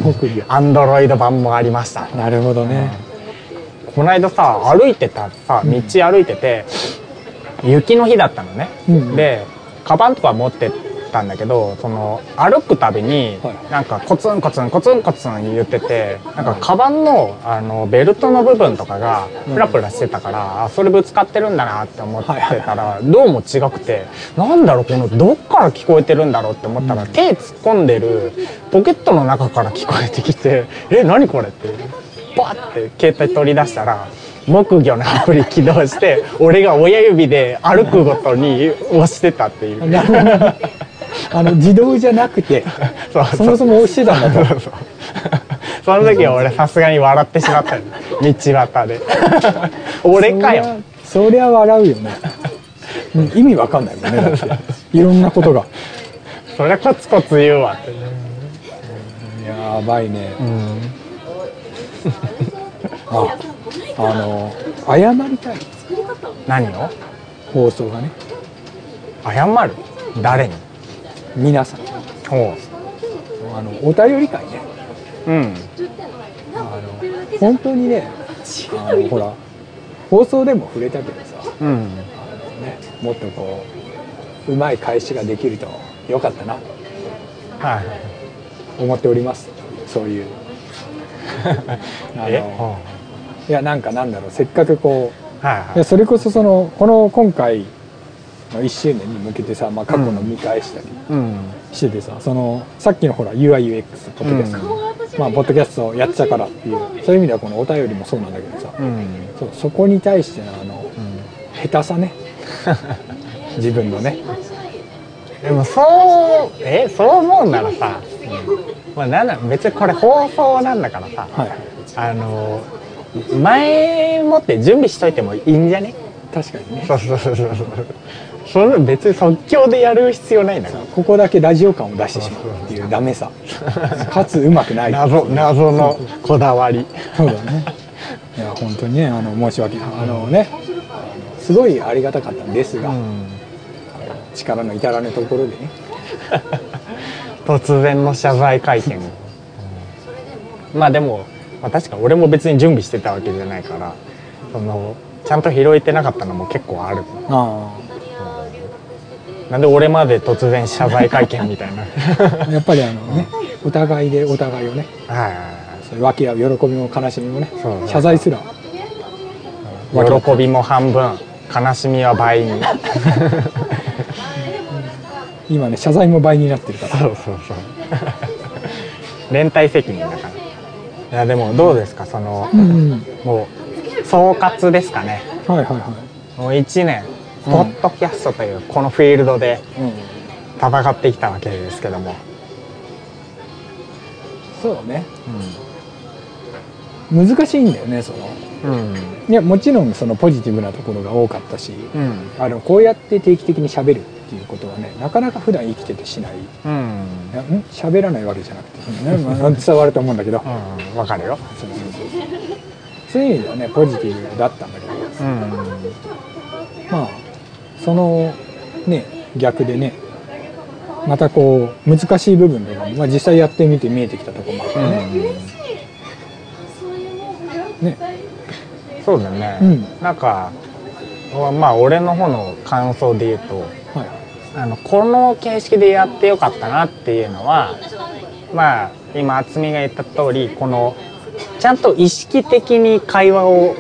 [SPEAKER 1] 木魚
[SPEAKER 2] Android 版もありました
[SPEAKER 1] なるほどね
[SPEAKER 2] この間さ歩いてたさ道歩いてて、雪の日だったのね、
[SPEAKER 1] うん
[SPEAKER 2] でカバンとか持ってっったんだけどその歩くたびに
[SPEAKER 1] はい
[SPEAKER 2] なんかコツンコツンコツンコツン言っててなんかカバンのあのベルトの部分とかがプラプラしてたからあそれぶつかってるんだなって思ってたらどうも違くてなんだろうこのどっから聞こえてるんだろうって思ったら手突っ込んでるポケットの中から聞こえてきて「え何これ?」ってバッて携帯取り出したら。木魚のアプリ起動して俺が親指で歩くごとに押してたっていう
[SPEAKER 1] なるほ どあの自動じゃなくて
[SPEAKER 2] そうそう
[SPEAKER 1] そもそも押してたんだと
[SPEAKER 2] その時は俺さすがに笑ってしまったよ道端で俺かよ
[SPEAKER 1] そりゃそりゃ笑うよね、うん、意味わかんないもんねだっていろんなことが
[SPEAKER 2] そりゃコツコツ言うわって
[SPEAKER 1] やばいね、ああの謝りたい
[SPEAKER 2] 何を
[SPEAKER 1] 放送がね
[SPEAKER 2] 謝る誰に
[SPEAKER 1] 皆さん
[SPEAKER 2] おう
[SPEAKER 1] あのお便り会ね
[SPEAKER 2] うん
[SPEAKER 1] あの本当にねあのほら放送でも触れたけどさ、
[SPEAKER 2] うん
[SPEAKER 1] ね、もっとこううまい返しができるとよかったなと
[SPEAKER 2] はい
[SPEAKER 1] 思っておりますそういうあ
[SPEAKER 2] え
[SPEAKER 1] のいやなんかなんだろうせっかくこう
[SPEAKER 2] はいい
[SPEAKER 1] やそれこそそのこの今回の1周年に向けてさ、まあ、過去の見返したり
[SPEAKER 2] うん
[SPEAKER 1] しててさ、そのさっきのほら UIUX ポッドキャスト、まあ、ポッドキャストをやってたからっていうそういう意味ではこのお便りもそうなんだけどさ、
[SPEAKER 2] うん
[SPEAKER 1] そうそこに対してのあの下手さ ね自分のね
[SPEAKER 2] でもそうえそう思うならさ、まあなんだ別にこれ放送なんだからさ
[SPEAKER 1] はい
[SPEAKER 2] あの前もって準備しといてもいいんじゃね
[SPEAKER 1] 確かにね
[SPEAKER 2] そうそうそうそうそうそれ別に即興でやる必要ないんだから
[SPEAKER 1] ここだけラジオ感を出してしまうっていうダメ さかつうまくない
[SPEAKER 2] 謎謎のこだわり
[SPEAKER 1] そうだね。 いや本当にねあの申し訳ないあのねあのすごいありがたかったんですが、力の至らぬところでね。
[SPEAKER 2] 突然の謝罪会見まあでも、まあ、確か俺も別に準備してたわけじゃないからそのちゃんと拾えてなかったのも結構ある
[SPEAKER 1] あ
[SPEAKER 2] なんで俺まで突然謝罪会見みたいなはい
[SPEAKER 1] あやっぱりあのねお互いでお互いをね
[SPEAKER 2] はいはい
[SPEAKER 1] そういう分け合う喜びも悲しみもね
[SPEAKER 2] そうね
[SPEAKER 1] 謝罪すら
[SPEAKER 2] 喜びも半分悲しみは倍に
[SPEAKER 1] 今ね謝罪も倍になってるから。
[SPEAKER 2] そうそうそう連帯責任だからいやでもどうですかその
[SPEAKER 1] うんはい
[SPEAKER 2] もう総括ですかね
[SPEAKER 1] はいは
[SPEAKER 2] もう1年ポッドキャストというこのフィールドで
[SPEAKER 1] い。うん
[SPEAKER 2] 戦ってきたわけですけども、
[SPEAKER 1] そうね難しいんだよねその
[SPEAKER 2] うん
[SPEAKER 1] いやもちろんそのポジティブなところが多かったし。
[SPEAKER 2] うん
[SPEAKER 1] あのこうやって定期的に喋るっていうことはねなかなか普段生きててしない
[SPEAKER 2] うん
[SPEAKER 1] いやん喋らないわけじゃなくて、 ねまあ、伝わると思うんだけど
[SPEAKER 2] うんわかるよ
[SPEAKER 1] そうそうそうそういう意味ではねポジティブだったんだけど
[SPEAKER 2] うん
[SPEAKER 1] まあそのね逆でねまたこう難しい部分でも、まあ、実際やってみて見えてきたところもあるからね、ね
[SPEAKER 2] そうだね、
[SPEAKER 1] うん
[SPEAKER 2] なんかまあ俺の方の感想で言うと
[SPEAKER 1] はい
[SPEAKER 2] あのこの形式でやってよかったなっていうのはまあ今渥美が言った通りこのちゃんと意識的に会話を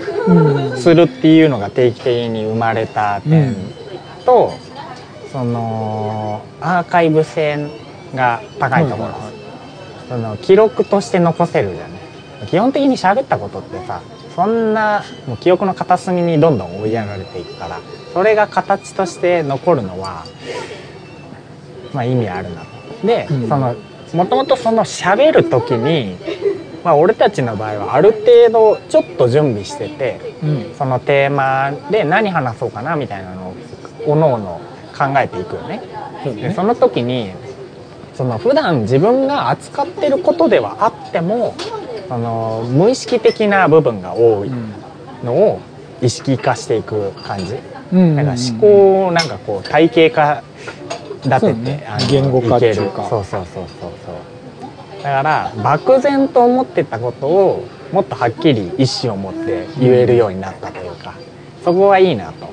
[SPEAKER 2] するっていうのが定期的に生まれた点と、そのアーカイブ性が高いところで
[SPEAKER 1] は
[SPEAKER 2] す、
[SPEAKER 1] いはい
[SPEAKER 2] その記録として残せるじゃね基本的に喋ったことってさそんなもう記憶の片隅にどんどん追いやられていくからそれが形として残るのはまあ意味あるなとで、
[SPEAKER 1] うん
[SPEAKER 2] そのもともとその喋る時に、まあ、俺たちの場合はある程度ちょっと準備してて
[SPEAKER 1] うん
[SPEAKER 2] そのテーマで何話そうかなみたいなのをおのおの考えていくよね。
[SPEAKER 1] そう
[SPEAKER 2] で
[SPEAKER 1] ね
[SPEAKER 2] その時にその普段自分が扱ってることではあってもその無意識的な部分が多いのを意識化していく感じ、
[SPEAKER 1] うん
[SPEAKER 2] なんか思考をなんかこう体系化立
[SPEAKER 1] そ
[SPEAKER 2] て
[SPEAKER 1] う
[SPEAKER 2] て、
[SPEAKER 1] ね
[SPEAKER 2] あの
[SPEAKER 1] 言語化っていうか
[SPEAKER 2] けるそうそうそうそうそうだから漠然と思ってたことをもっとはっきり意思を持って言えるようになったというか、そこはいいなと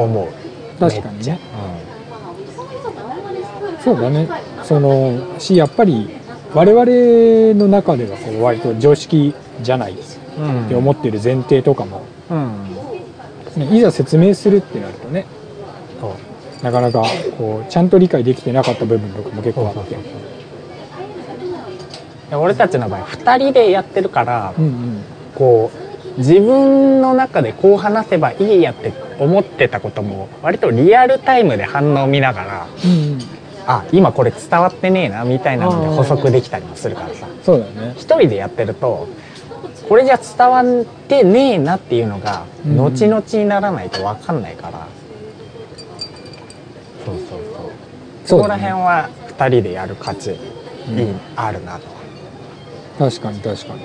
[SPEAKER 2] 思う
[SPEAKER 1] 確かにね
[SPEAKER 2] うん
[SPEAKER 1] そうだねそのしやっぱり我々の中ではこう割と常識じゃないです
[SPEAKER 2] うん
[SPEAKER 1] って思ってる前提とかも、
[SPEAKER 2] うん
[SPEAKER 1] ねいざ説明するってなるとね
[SPEAKER 2] そう
[SPEAKER 1] なかなかこうちゃんと理解できてなかった部分とかも結
[SPEAKER 2] そう
[SPEAKER 1] 構
[SPEAKER 2] そ
[SPEAKER 1] あ
[SPEAKER 2] う
[SPEAKER 1] って
[SPEAKER 2] そうで俺たちの場合2人でやってるから、
[SPEAKER 1] うんうん
[SPEAKER 2] こう自分の中でこう話せばいいやって思ってたことも割とリアルタイムで反応見ながら
[SPEAKER 1] うんうん
[SPEAKER 2] あ今これ伝わってねえなみたいなので補足できたりもするからさ
[SPEAKER 1] そうだよね
[SPEAKER 2] 一人でやってるとこれじゃ伝わってねえなっていうのが
[SPEAKER 1] うん
[SPEAKER 2] 後々にならないと分かんないから、そうそうそうそ
[SPEAKER 1] そう
[SPEAKER 2] こ
[SPEAKER 1] だ
[SPEAKER 2] ら
[SPEAKER 1] ね
[SPEAKER 2] 辺は2人でやる価値、
[SPEAKER 1] ん
[SPEAKER 2] いいあるなと、
[SPEAKER 1] 確かに確かに、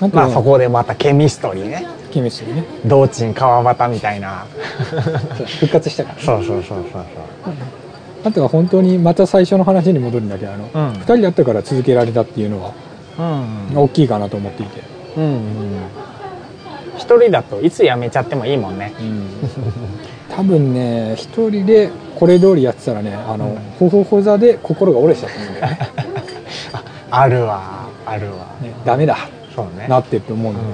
[SPEAKER 1] あと
[SPEAKER 2] まあそ
[SPEAKER 1] は
[SPEAKER 2] こでまたケミストリーね
[SPEAKER 1] 決めしてね
[SPEAKER 2] 道珍川端みたいな
[SPEAKER 1] 復活したから
[SPEAKER 2] そうそうそうそうそう
[SPEAKER 1] あとは本当にまた最初の話に戻るんだけどあの、
[SPEAKER 2] うん
[SPEAKER 1] 2人だったから続けられたっていうのは
[SPEAKER 2] うん
[SPEAKER 1] 大きいかなと思っていて、
[SPEAKER 2] うんうん一人だといつ辞めちゃってもいいもんね
[SPEAKER 1] 多分ね一人でこれ通りやってたらねあの、ほほほ座で心が折れちゃったんだよ ね
[SPEAKER 2] ああるわあるわ、
[SPEAKER 1] ねダメだ
[SPEAKER 2] そうね
[SPEAKER 1] なってって思うんだよ、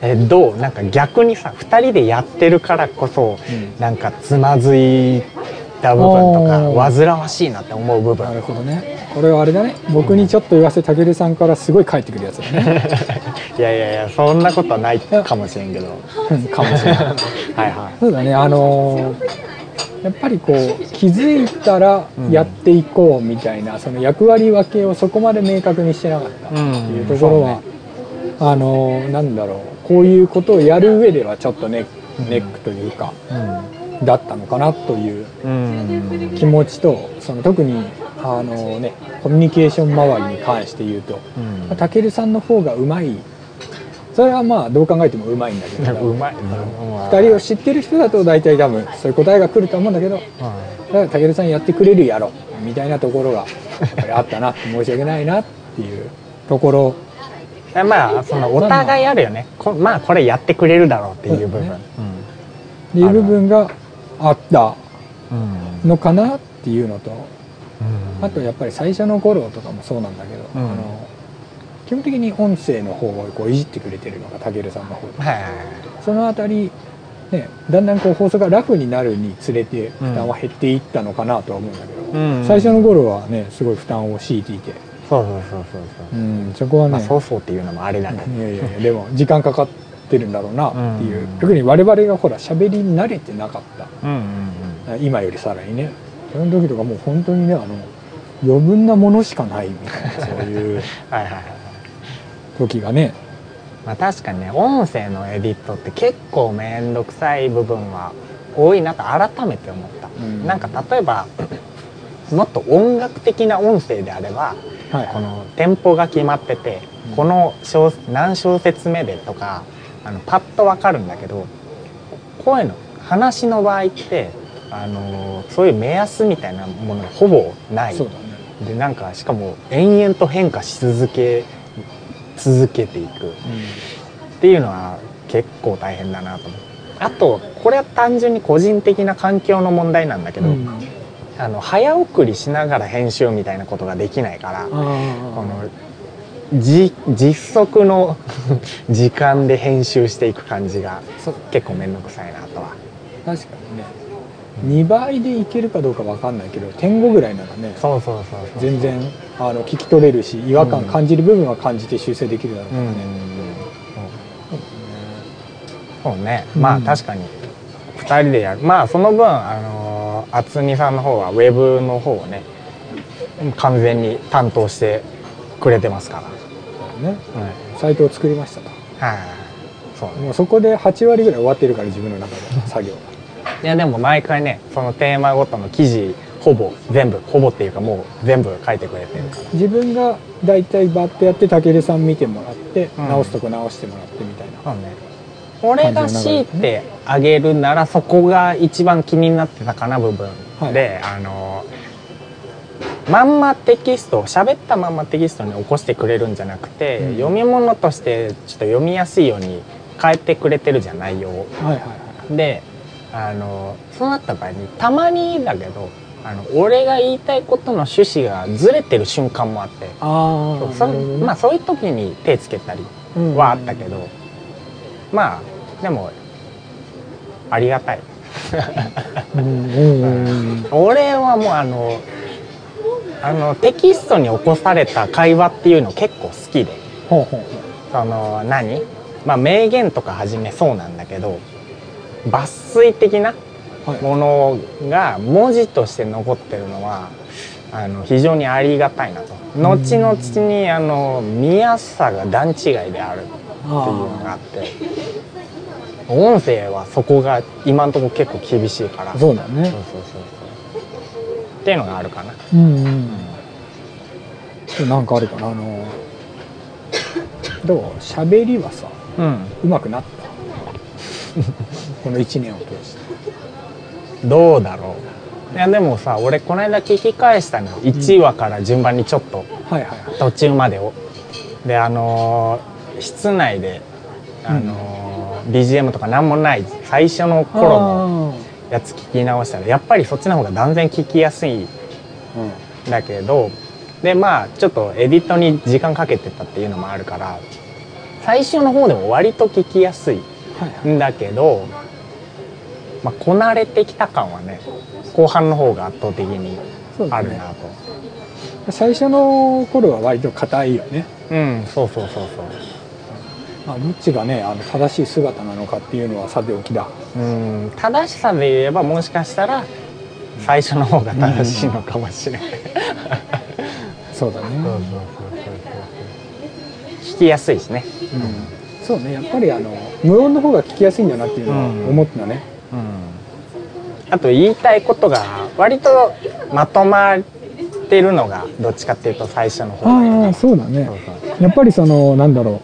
[SPEAKER 2] えどうなんか逆にさ2人でやってるからこそ、
[SPEAKER 1] うん
[SPEAKER 2] なんかつまずいた部分と
[SPEAKER 1] あ
[SPEAKER 2] か煩わしいなって思う部
[SPEAKER 1] な
[SPEAKER 2] 分
[SPEAKER 1] るほどねこれはあれだね僕にちょっと言わせたけるさんからすごい返ってくるやつだ ね
[SPEAKER 2] いやいやいやそんなことはないかもしれんけど
[SPEAKER 1] うんかもしれない
[SPEAKER 2] はいは
[SPEAKER 1] そうだねあのーやっぱりこう気づいたらやっていこうみたいな、その役割分けをそこまで明確にしてなかったっていうところは、あのーなんだろうこういうことをやる上ではちょっとネネックというか、だったのかなという
[SPEAKER 2] うんうん
[SPEAKER 1] 気持ちとその特にあの、ね、コミュニケーション周りに関して言うと
[SPEAKER 2] うん
[SPEAKER 1] たけるさんの方がうまいそれはまあどう考えてもうまいんだけど
[SPEAKER 2] うまい
[SPEAKER 1] 2人を知ってる人だと大体多分そういう答えが来ると思うんだけど
[SPEAKER 2] う
[SPEAKER 1] だからたけるさんやってくれるやろみたいなところがやっぱりあったな申し訳ないなっていうところ
[SPEAKER 2] んまあそのお互いあるよねこまあこれやってくれるだろうっていう部分、
[SPEAKER 1] っていう部分があった
[SPEAKER 2] うん
[SPEAKER 1] のかなっていうのと
[SPEAKER 2] うん
[SPEAKER 1] あとやっぱり最初の頃とかもそうなんだけど、
[SPEAKER 2] うん
[SPEAKER 1] あの基本的に音声の方をこういじってくれてるのがたけるさんの方で
[SPEAKER 2] はいはいはい
[SPEAKER 1] そのあたり、ね、だんだんこう放送がラフになるにつれて負担は減っていったのかなとは思うんだけど、
[SPEAKER 2] うん
[SPEAKER 1] 最初の頃はねすごい負担を強いていて、
[SPEAKER 2] そうそうそうそうそう
[SPEAKER 1] うん、そこはね、
[SPEAKER 2] まあそうそうっていうのもあれだけど、
[SPEAKER 1] いやいやいやでも時間かかってるんだろうなっていう、
[SPEAKER 2] うん
[SPEAKER 1] 特に我々がほら喋り慣れてなかった
[SPEAKER 2] うんうん
[SPEAKER 1] 今よりさらにねその時とかもう本当にねあの余分なものしかないみたいなそういう
[SPEAKER 2] はいはいはい
[SPEAKER 1] 時がね
[SPEAKER 2] まあ確かにね音声のエディットって結構面倒くさい部分は多いなと改めて思った、
[SPEAKER 1] うん
[SPEAKER 2] なんか例えばもっと音楽的な音声であれば
[SPEAKER 1] はい
[SPEAKER 2] このテンポが決まってて、
[SPEAKER 1] うん
[SPEAKER 2] この小何小節目でとかあのパッとわかるんだけど声の話の場合ってあのーそういう目安みたいなものがほぼない
[SPEAKER 1] そうだね
[SPEAKER 2] でなんかしかも延々と変化し続け続けていくっていうのは結構大変だなと思うあとこれは単純に個人的な環境の問題なんだけ
[SPEAKER 1] う
[SPEAKER 2] ど、
[SPEAKER 1] ん、うん、
[SPEAKER 2] あの早送りしながら編集みたいなことができないから、
[SPEAKER 1] あ
[SPEAKER 2] このじ実測の 時間で編集していく感じが
[SPEAKER 1] あそう
[SPEAKER 2] 結構面倒くさいなとは
[SPEAKER 1] 確かにね2倍でいけるかどうかわかんないけど点5ぐらいならね
[SPEAKER 2] そうそうそうそう
[SPEAKER 1] 全然あの聞き取れるし違和感
[SPEAKER 2] うん
[SPEAKER 1] 感じる部分は感じて修正できるだろう
[SPEAKER 2] う
[SPEAKER 1] から
[SPEAKER 2] ん
[SPEAKER 1] ね、
[SPEAKER 2] そうねまあ
[SPEAKER 1] うん
[SPEAKER 2] 確かに2人でやるまあその分あのー渥美さんの方はウェブの方をね完全に担当してくれてますから、
[SPEAKER 1] ね
[SPEAKER 2] うんはい、
[SPEAKER 1] サイトを作りましたと
[SPEAKER 2] そうね
[SPEAKER 1] もうそこで8割ぐらい終わってるから自分の中で作業が
[SPEAKER 2] いやでも毎回ねそのテーマごとの記事ほぼ全部ほぼっていうかもう全部書いてくれてるから
[SPEAKER 1] 自分が大体バッてやってたけるさん見てもらって、
[SPEAKER 2] うん
[SPEAKER 1] 直すとこ直してもらってみたいな、
[SPEAKER 2] そうね俺が強いてあげるならそこが一番気になってたかな部分、
[SPEAKER 1] はい
[SPEAKER 2] であのまんまテキストを喋ったまんまテキストに起こしてくれるんじゃなくて、
[SPEAKER 1] うん
[SPEAKER 2] 読み物としてちょっと読みやすいように変えてくれてるじゃん内容を
[SPEAKER 1] はいはいはい
[SPEAKER 2] でああのそうなった場合にたまにだけどあの俺が言いたいことの趣旨がずれてる瞬間もあって
[SPEAKER 1] ああ
[SPEAKER 2] そまあ、そういう時に手つけたりはあったけど、まあでもありがたい
[SPEAKER 1] うんうんうん
[SPEAKER 2] 俺はもうあのあのテキストに起こされた会話っていうの結構好きで
[SPEAKER 1] ほうほう
[SPEAKER 2] その何、まあ、名言とかはじめそうなんだけど抜粋的な
[SPEAKER 1] はい
[SPEAKER 2] ものが文字として残ってるのはあの非常にありがたいなと後々にあの見やすさが段違いであるっていうのがあって音声はそこが今のところ結構厳しいから
[SPEAKER 1] そうだね
[SPEAKER 2] そうそうそうそうっていうのがあるかな
[SPEAKER 1] うんうんなんかあるかなあのどう喋りはさ
[SPEAKER 2] うん
[SPEAKER 1] 上手くなった この1年を通して
[SPEAKER 2] どうだろういやでもさ俺この間聞き返したの1話から順番にちょっと
[SPEAKER 1] はいはいはい
[SPEAKER 2] 途中までをであのー室内で、あのー BGM とか何もない最初の頃のやつ聞き直したらやっぱりそっちの方が断然聞きやすいん
[SPEAKER 1] う
[SPEAKER 2] だけどでまあちょっとエディットに時間かけてたっていうのもあるから最初の方でも割と聞きやすい
[SPEAKER 1] んはいはい
[SPEAKER 2] んだけど、まあ、こなれてきた感はね後半の方が圧倒的に
[SPEAKER 1] そう
[SPEAKER 2] あ
[SPEAKER 1] だ
[SPEAKER 2] る
[SPEAKER 1] ね
[SPEAKER 2] なと。
[SPEAKER 1] 最初の頃は割と硬いよね
[SPEAKER 2] うん、そうそうそうそう。
[SPEAKER 1] まあどっちがねあの正しい姿なのかっていうのはさておきだ
[SPEAKER 2] うん正しさで言えばもしかしたら最初の方が正しいのかもしれない、
[SPEAKER 1] そうだね
[SPEAKER 2] 聞きやすいしね、
[SPEAKER 1] うんそうねやっぱりあの無音の方が聞きやすいんだなっていうのは思ったね、
[SPEAKER 2] あと言いたいことが割とまとまってるのがどっちかっていうと最初の方がいい
[SPEAKER 1] ああ
[SPEAKER 2] ね
[SPEAKER 1] そうだね
[SPEAKER 2] そうそ
[SPEAKER 1] やっぱりそのなんだろ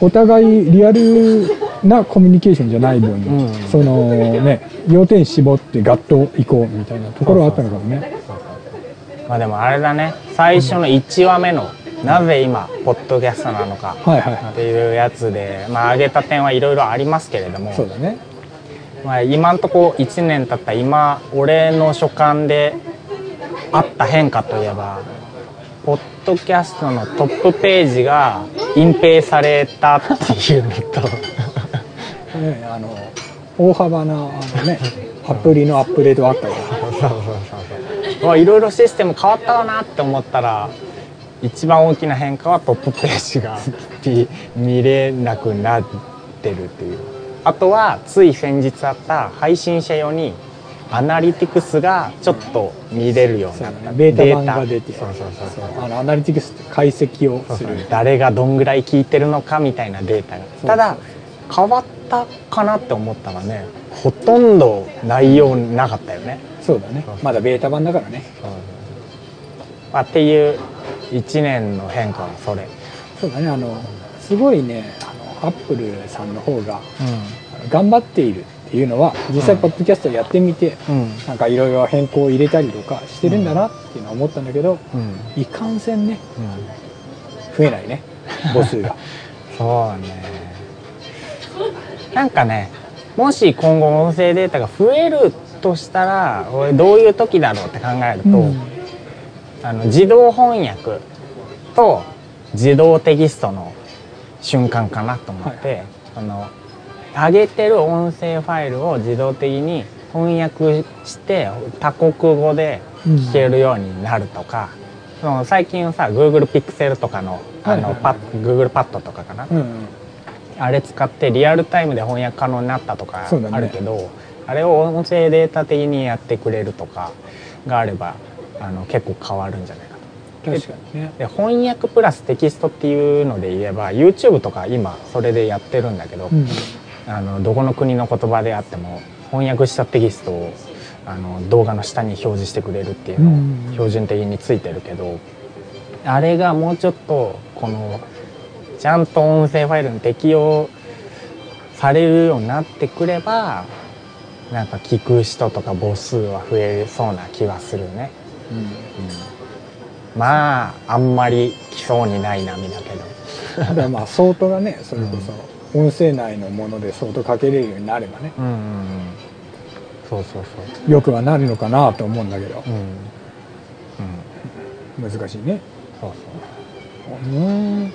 [SPEAKER 1] うお互いリアルなコミュニケーションじゃない分、
[SPEAKER 2] うん
[SPEAKER 1] そのね要点絞ってガッと行こうみたいなところはあったのかもね
[SPEAKER 2] まあでもあれだね最初の1話目の、なぜ今ポッドキャストなのか
[SPEAKER 1] はいはいは
[SPEAKER 2] っていうやつで、まあ、挙げた点はいろいろありますけれども
[SPEAKER 1] いそうだね
[SPEAKER 2] まあ、今んとこ1年経った今俺の所感であった変化といえばポッドキャストのトップページが隠蔽されたっていうのと
[SPEAKER 1] これねあの大幅なあの ねアプリのアップデートがあったから
[SPEAKER 2] まあいろいろシステム変わったかなって思ったら一番大きな変化はトップページが 見見れなくなってるっていうあとはつい先日あった配信者用にアナリティクスがちょっと見れるようになった、
[SPEAKER 1] ベータ版が出て
[SPEAKER 2] そうそうそうそう
[SPEAKER 1] あのアナリティクスって解析をする
[SPEAKER 2] 誰がどんぐらい聞いてるのかみたいなデータが
[SPEAKER 1] そう
[SPEAKER 2] ただ変わったかなって思ったらねほとんど内容なかったよね、
[SPEAKER 1] そうだねまだベータ版だからね
[SPEAKER 2] まあ、っていう1年の変化はそれ、
[SPEAKER 1] そうだねあのすごいねあのアップルさんの方が
[SPEAKER 2] う
[SPEAKER 1] あの頑張っているっていうのは実際
[SPEAKER 2] うん
[SPEAKER 1] ポッドキャストやってみて、
[SPEAKER 2] んうん
[SPEAKER 1] なんかいろいろ変更を入れたりとかしてるんだなっていうのは思ったんだけど、いかんせんね増えないね母数 が
[SPEAKER 2] そうねなんかねもし今後音声データが増えるとしたら俺どういう時だろうって考えると、
[SPEAKER 1] うん
[SPEAKER 2] あの自動翻訳と自動テキストの瞬間かなと思って、あの上げてる音声ファイルを自動的に翻訳して他国語で聞けるようになるとか、その最近さ Google Pixel とかのあ
[SPEAKER 1] はい
[SPEAKER 2] の
[SPEAKER 1] はい
[SPEAKER 2] パ
[SPEAKER 1] はい
[SPEAKER 2] ッ Google パッドとかかな、
[SPEAKER 1] うんうん
[SPEAKER 2] あれ使ってリアルタイムで翻訳可能になったとか
[SPEAKER 1] そうだね
[SPEAKER 2] あるけど、あれを音声データ的にやってくれるとかがあればあの結構変わるんじゃないかと。
[SPEAKER 1] 確かにね
[SPEAKER 2] で翻訳プラステキストっていうので言えば YouTube とか今それでやってるんだけど、
[SPEAKER 1] うん
[SPEAKER 2] あのどこの国の言葉であっても翻訳したテキストをあの動画の下に表示してくれるっていう
[SPEAKER 1] う
[SPEAKER 2] の
[SPEAKER 1] ん
[SPEAKER 2] を標準的についてるけどあれがもうちょっとこのちゃんと音声ファイルに適用されるようになってくればなんか聞く人とか母数は増えそうな気はするね。まああんまり来そうにない波だけど
[SPEAKER 1] ただまあ相当がねそれこそ音声内のもので相当かけれるようになればね
[SPEAKER 2] うんそうそうそ
[SPEAKER 1] よくはなるのかなと思うんだけど
[SPEAKER 2] ううんうん
[SPEAKER 1] 難しいね
[SPEAKER 2] そう
[SPEAKER 1] うん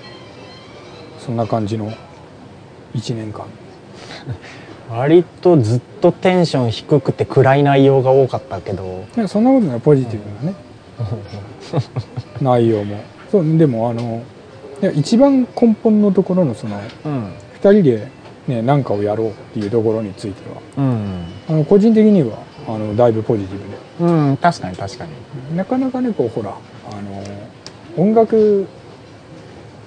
[SPEAKER 1] そんな感じの1年間
[SPEAKER 2] そう割とずっとテンション低くて暗い内容が多かったけど
[SPEAKER 1] いやそんなことないポジティブなね、内容もそうでもあのいや一番根本のところのその
[SPEAKER 2] うん
[SPEAKER 1] 2人でね何かをやろうっていうところについては
[SPEAKER 2] うん
[SPEAKER 1] あの個人的にはあのだいぶポジティブで
[SPEAKER 2] うん確かに確かに
[SPEAKER 1] なかなかねこうほらあの音楽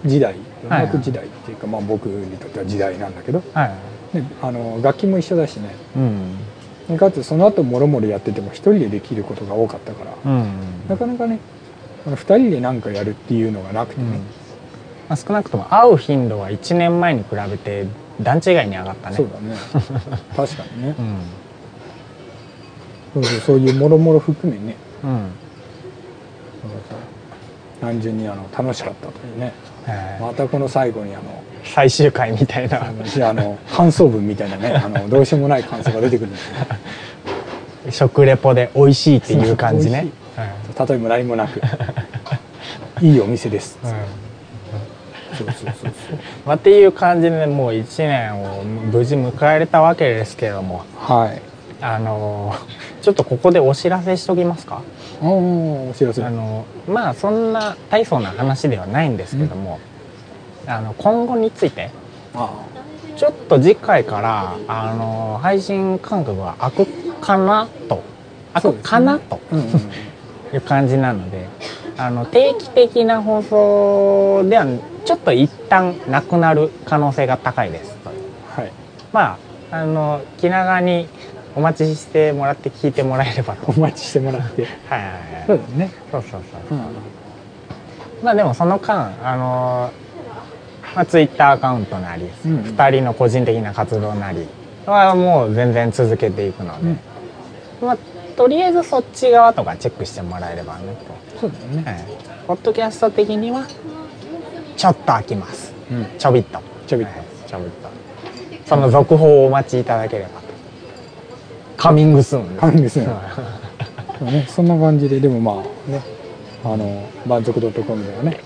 [SPEAKER 1] 時代音
[SPEAKER 2] はい
[SPEAKER 1] 楽時代っていうか、まあ、僕にとっては時代なんだけど、
[SPEAKER 2] はい
[SPEAKER 1] ね、あの楽器も一緒だしね
[SPEAKER 2] うん
[SPEAKER 1] かつその後もろもろやってても一人でできることが多かったから
[SPEAKER 2] うん
[SPEAKER 1] なかなかねあの二人で何かやるっていうのがなくて
[SPEAKER 2] うん
[SPEAKER 1] ね、
[SPEAKER 2] まあ、少なくとも会う頻度は1年前に比べて段違いに上がったね
[SPEAKER 1] そうだね確かにねそ
[SPEAKER 2] うん
[SPEAKER 1] うそうそういうもろもろ含めね
[SPEAKER 2] うん
[SPEAKER 1] 単純にあの楽しかったというね
[SPEAKER 2] はい
[SPEAKER 1] またこの最後にあの
[SPEAKER 2] 最終回みたいな
[SPEAKER 1] あのじゃああの感想文みたいなねあのどうしようもない感想が出てくるんですよ
[SPEAKER 2] 食レポで美味しいっていう感じね
[SPEAKER 1] 例えも何もなくいいお店です、
[SPEAKER 2] うんうん
[SPEAKER 1] そうそうそうそう
[SPEAKER 2] まあ、っていう感じでもう1年を無事迎えれたわけですけれども
[SPEAKER 1] はい
[SPEAKER 2] あのー ちょっとここでお知らせしときますか
[SPEAKER 1] ああお知らせ
[SPEAKER 2] あのまあそんな大層な話ではないんですけども、あの今後について
[SPEAKER 1] あ
[SPEAKER 2] ちょっと次回からあの配信間隔が開くかなと開
[SPEAKER 1] そう
[SPEAKER 2] く
[SPEAKER 1] ですね
[SPEAKER 2] かなと
[SPEAKER 1] あうんうん
[SPEAKER 2] いう感じなのであの定期的な放送ではちょっと一旦なくなる可能性が高いですという
[SPEAKER 1] はい
[SPEAKER 2] まああの気長にお待ちしてもらって聞いてもらえればと
[SPEAKER 1] お待ちしてもらって
[SPEAKER 2] はいはいはい
[SPEAKER 1] そうだね
[SPEAKER 2] そうそうそう
[SPEAKER 1] うん
[SPEAKER 2] まあでもその間あのまあ、ツイッターアカウントなり、
[SPEAKER 1] う
[SPEAKER 2] 二
[SPEAKER 1] ん
[SPEAKER 2] 2人の個人的な活動なりはもう全然続けていくので、まあ、とりあえずそっち側とかチェックしてもらえればね
[SPEAKER 1] そうだよ
[SPEAKER 2] と、は
[SPEAKER 1] ね
[SPEAKER 2] い、ポッドキャスト的にはちょっと空きます
[SPEAKER 1] うん
[SPEAKER 2] ちょびっと
[SPEAKER 1] ちょびっと
[SPEAKER 2] はいちょびっとその続報をお待ちいただければとカミングスーンです
[SPEAKER 1] カミングスーン
[SPEAKER 2] は
[SPEAKER 1] そうねそんな感じででもまあねあの満足 .com ではね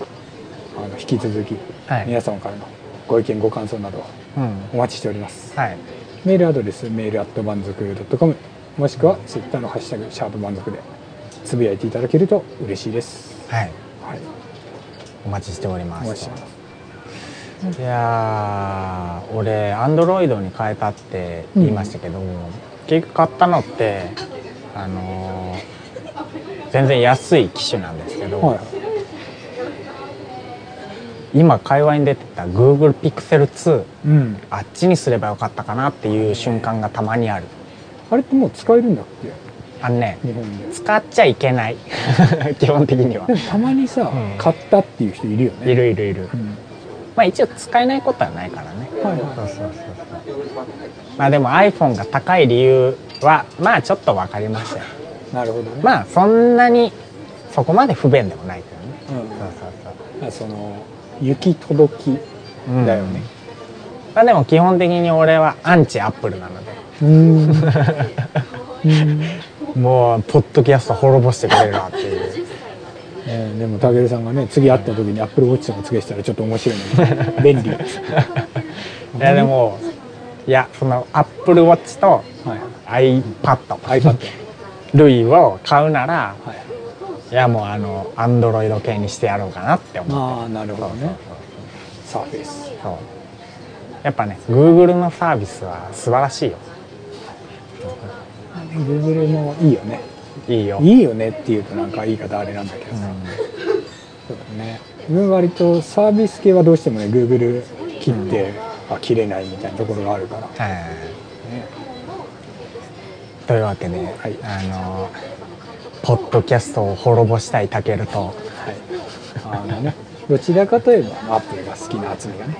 [SPEAKER 1] あの引き続き
[SPEAKER 2] はい
[SPEAKER 1] 皆様からのご意見ご感想などを
[SPEAKER 2] い、うん
[SPEAKER 1] お待ちしております
[SPEAKER 2] はい、
[SPEAKER 1] メールアドレスメールアット満足 .com もしくはツイッターのハッシュタグシャープ満足でつぶやいていただけると嬉しいです
[SPEAKER 2] はい、
[SPEAKER 1] はい
[SPEAKER 2] お待ちしておりま
[SPEAKER 1] お
[SPEAKER 2] す
[SPEAKER 1] 待ちしてます
[SPEAKER 2] いやー俺アンドロイドに変えたって言いましたけど、結局買ったのってあのー全然安い機種なんですけど、
[SPEAKER 1] は
[SPEAKER 2] 今界隈に出てた Google Pixel 2
[SPEAKER 1] いうん
[SPEAKER 2] あっちにすればよかったかなっていう瞬間がたまにある
[SPEAKER 1] あれってもう使えるんだっ
[SPEAKER 2] あのね
[SPEAKER 1] け日本で
[SPEAKER 2] 使っちゃいけない 基本的には
[SPEAKER 1] でもたまにさ、
[SPEAKER 2] うん
[SPEAKER 1] 買ったっていう人いるよね
[SPEAKER 2] いるいるいる
[SPEAKER 1] うん
[SPEAKER 2] まあ一応使えないことはないからね
[SPEAKER 1] はい
[SPEAKER 2] そう
[SPEAKER 1] は
[SPEAKER 2] そうそうそうまあでも iPhone が高い理由はまあちょっと分かりましたよ
[SPEAKER 1] いなるほどね、
[SPEAKER 2] まあそんなにそこまで不便でもないけどねそ
[SPEAKER 1] う
[SPEAKER 2] うそうそうん
[SPEAKER 1] あ、その行き届きだよね
[SPEAKER 2] まあでも基本的に俺はアンチアップルなので
[SPEAKER 1] うんうん
[SPEAKER 2] もうポッドキャスト滅ぼしてくれるなっていう
[SPEAKER 1] えーでもたけるさんがね次会った時にアップルウォッチとかつけてたらちょっと面白い ので便利
[SPEAKER 2] いやでもいやそのアップルウォッチと
[SPEAKER 1] はい
[SPEAKER 2] iPad
[SPEAKER 1] iPad
[SPEAKER 2] 類を買うなら
[SPEAKER 1] はい
[SPEAKER 2] いやもうあのアンドロイド系にしてやろうかなって思う
[SPEAKER 1] ああなるほどねサーフェイス
[SPEAKER 2] そうやっぱね Google のサービスは素晴らしいよ
[SPEAKER 1] Google もいいよね
[SPEAKER 2] いいよ
[SPEAKER 1] いいよねっていうとなんか言い方あれなんだけどさ、
[SPEAKER 2] うん
[SPEAKER 1] そうだね自分割とサービス系はどうしてもね Google 切って、あ切れないみたいなところがあるから、ね、
[SPEAKER 2] というわけで、
[SPEAKER 1] はい
[SPEAKER 2] あのポッドキャストを滅ぼしたいタケルと、は
[SPEAKER 1] はいあのねどちらかといえばアップルが好きな厚みがね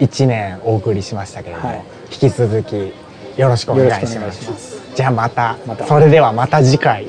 [SPEAKER 2] い、1年お送りしましたけれども、
[SPEAKER 1] はい
[SPEAKER 2] 引き続きよろしくお願いし
[SPEAKER 1] よろしく
[SPEAKER 2] ます
[SPEAKER 1] お願いします
[SPEAKER 2] じゃあまた
[SPEAKER 1] また
[SPEAKER 2] それではまた次回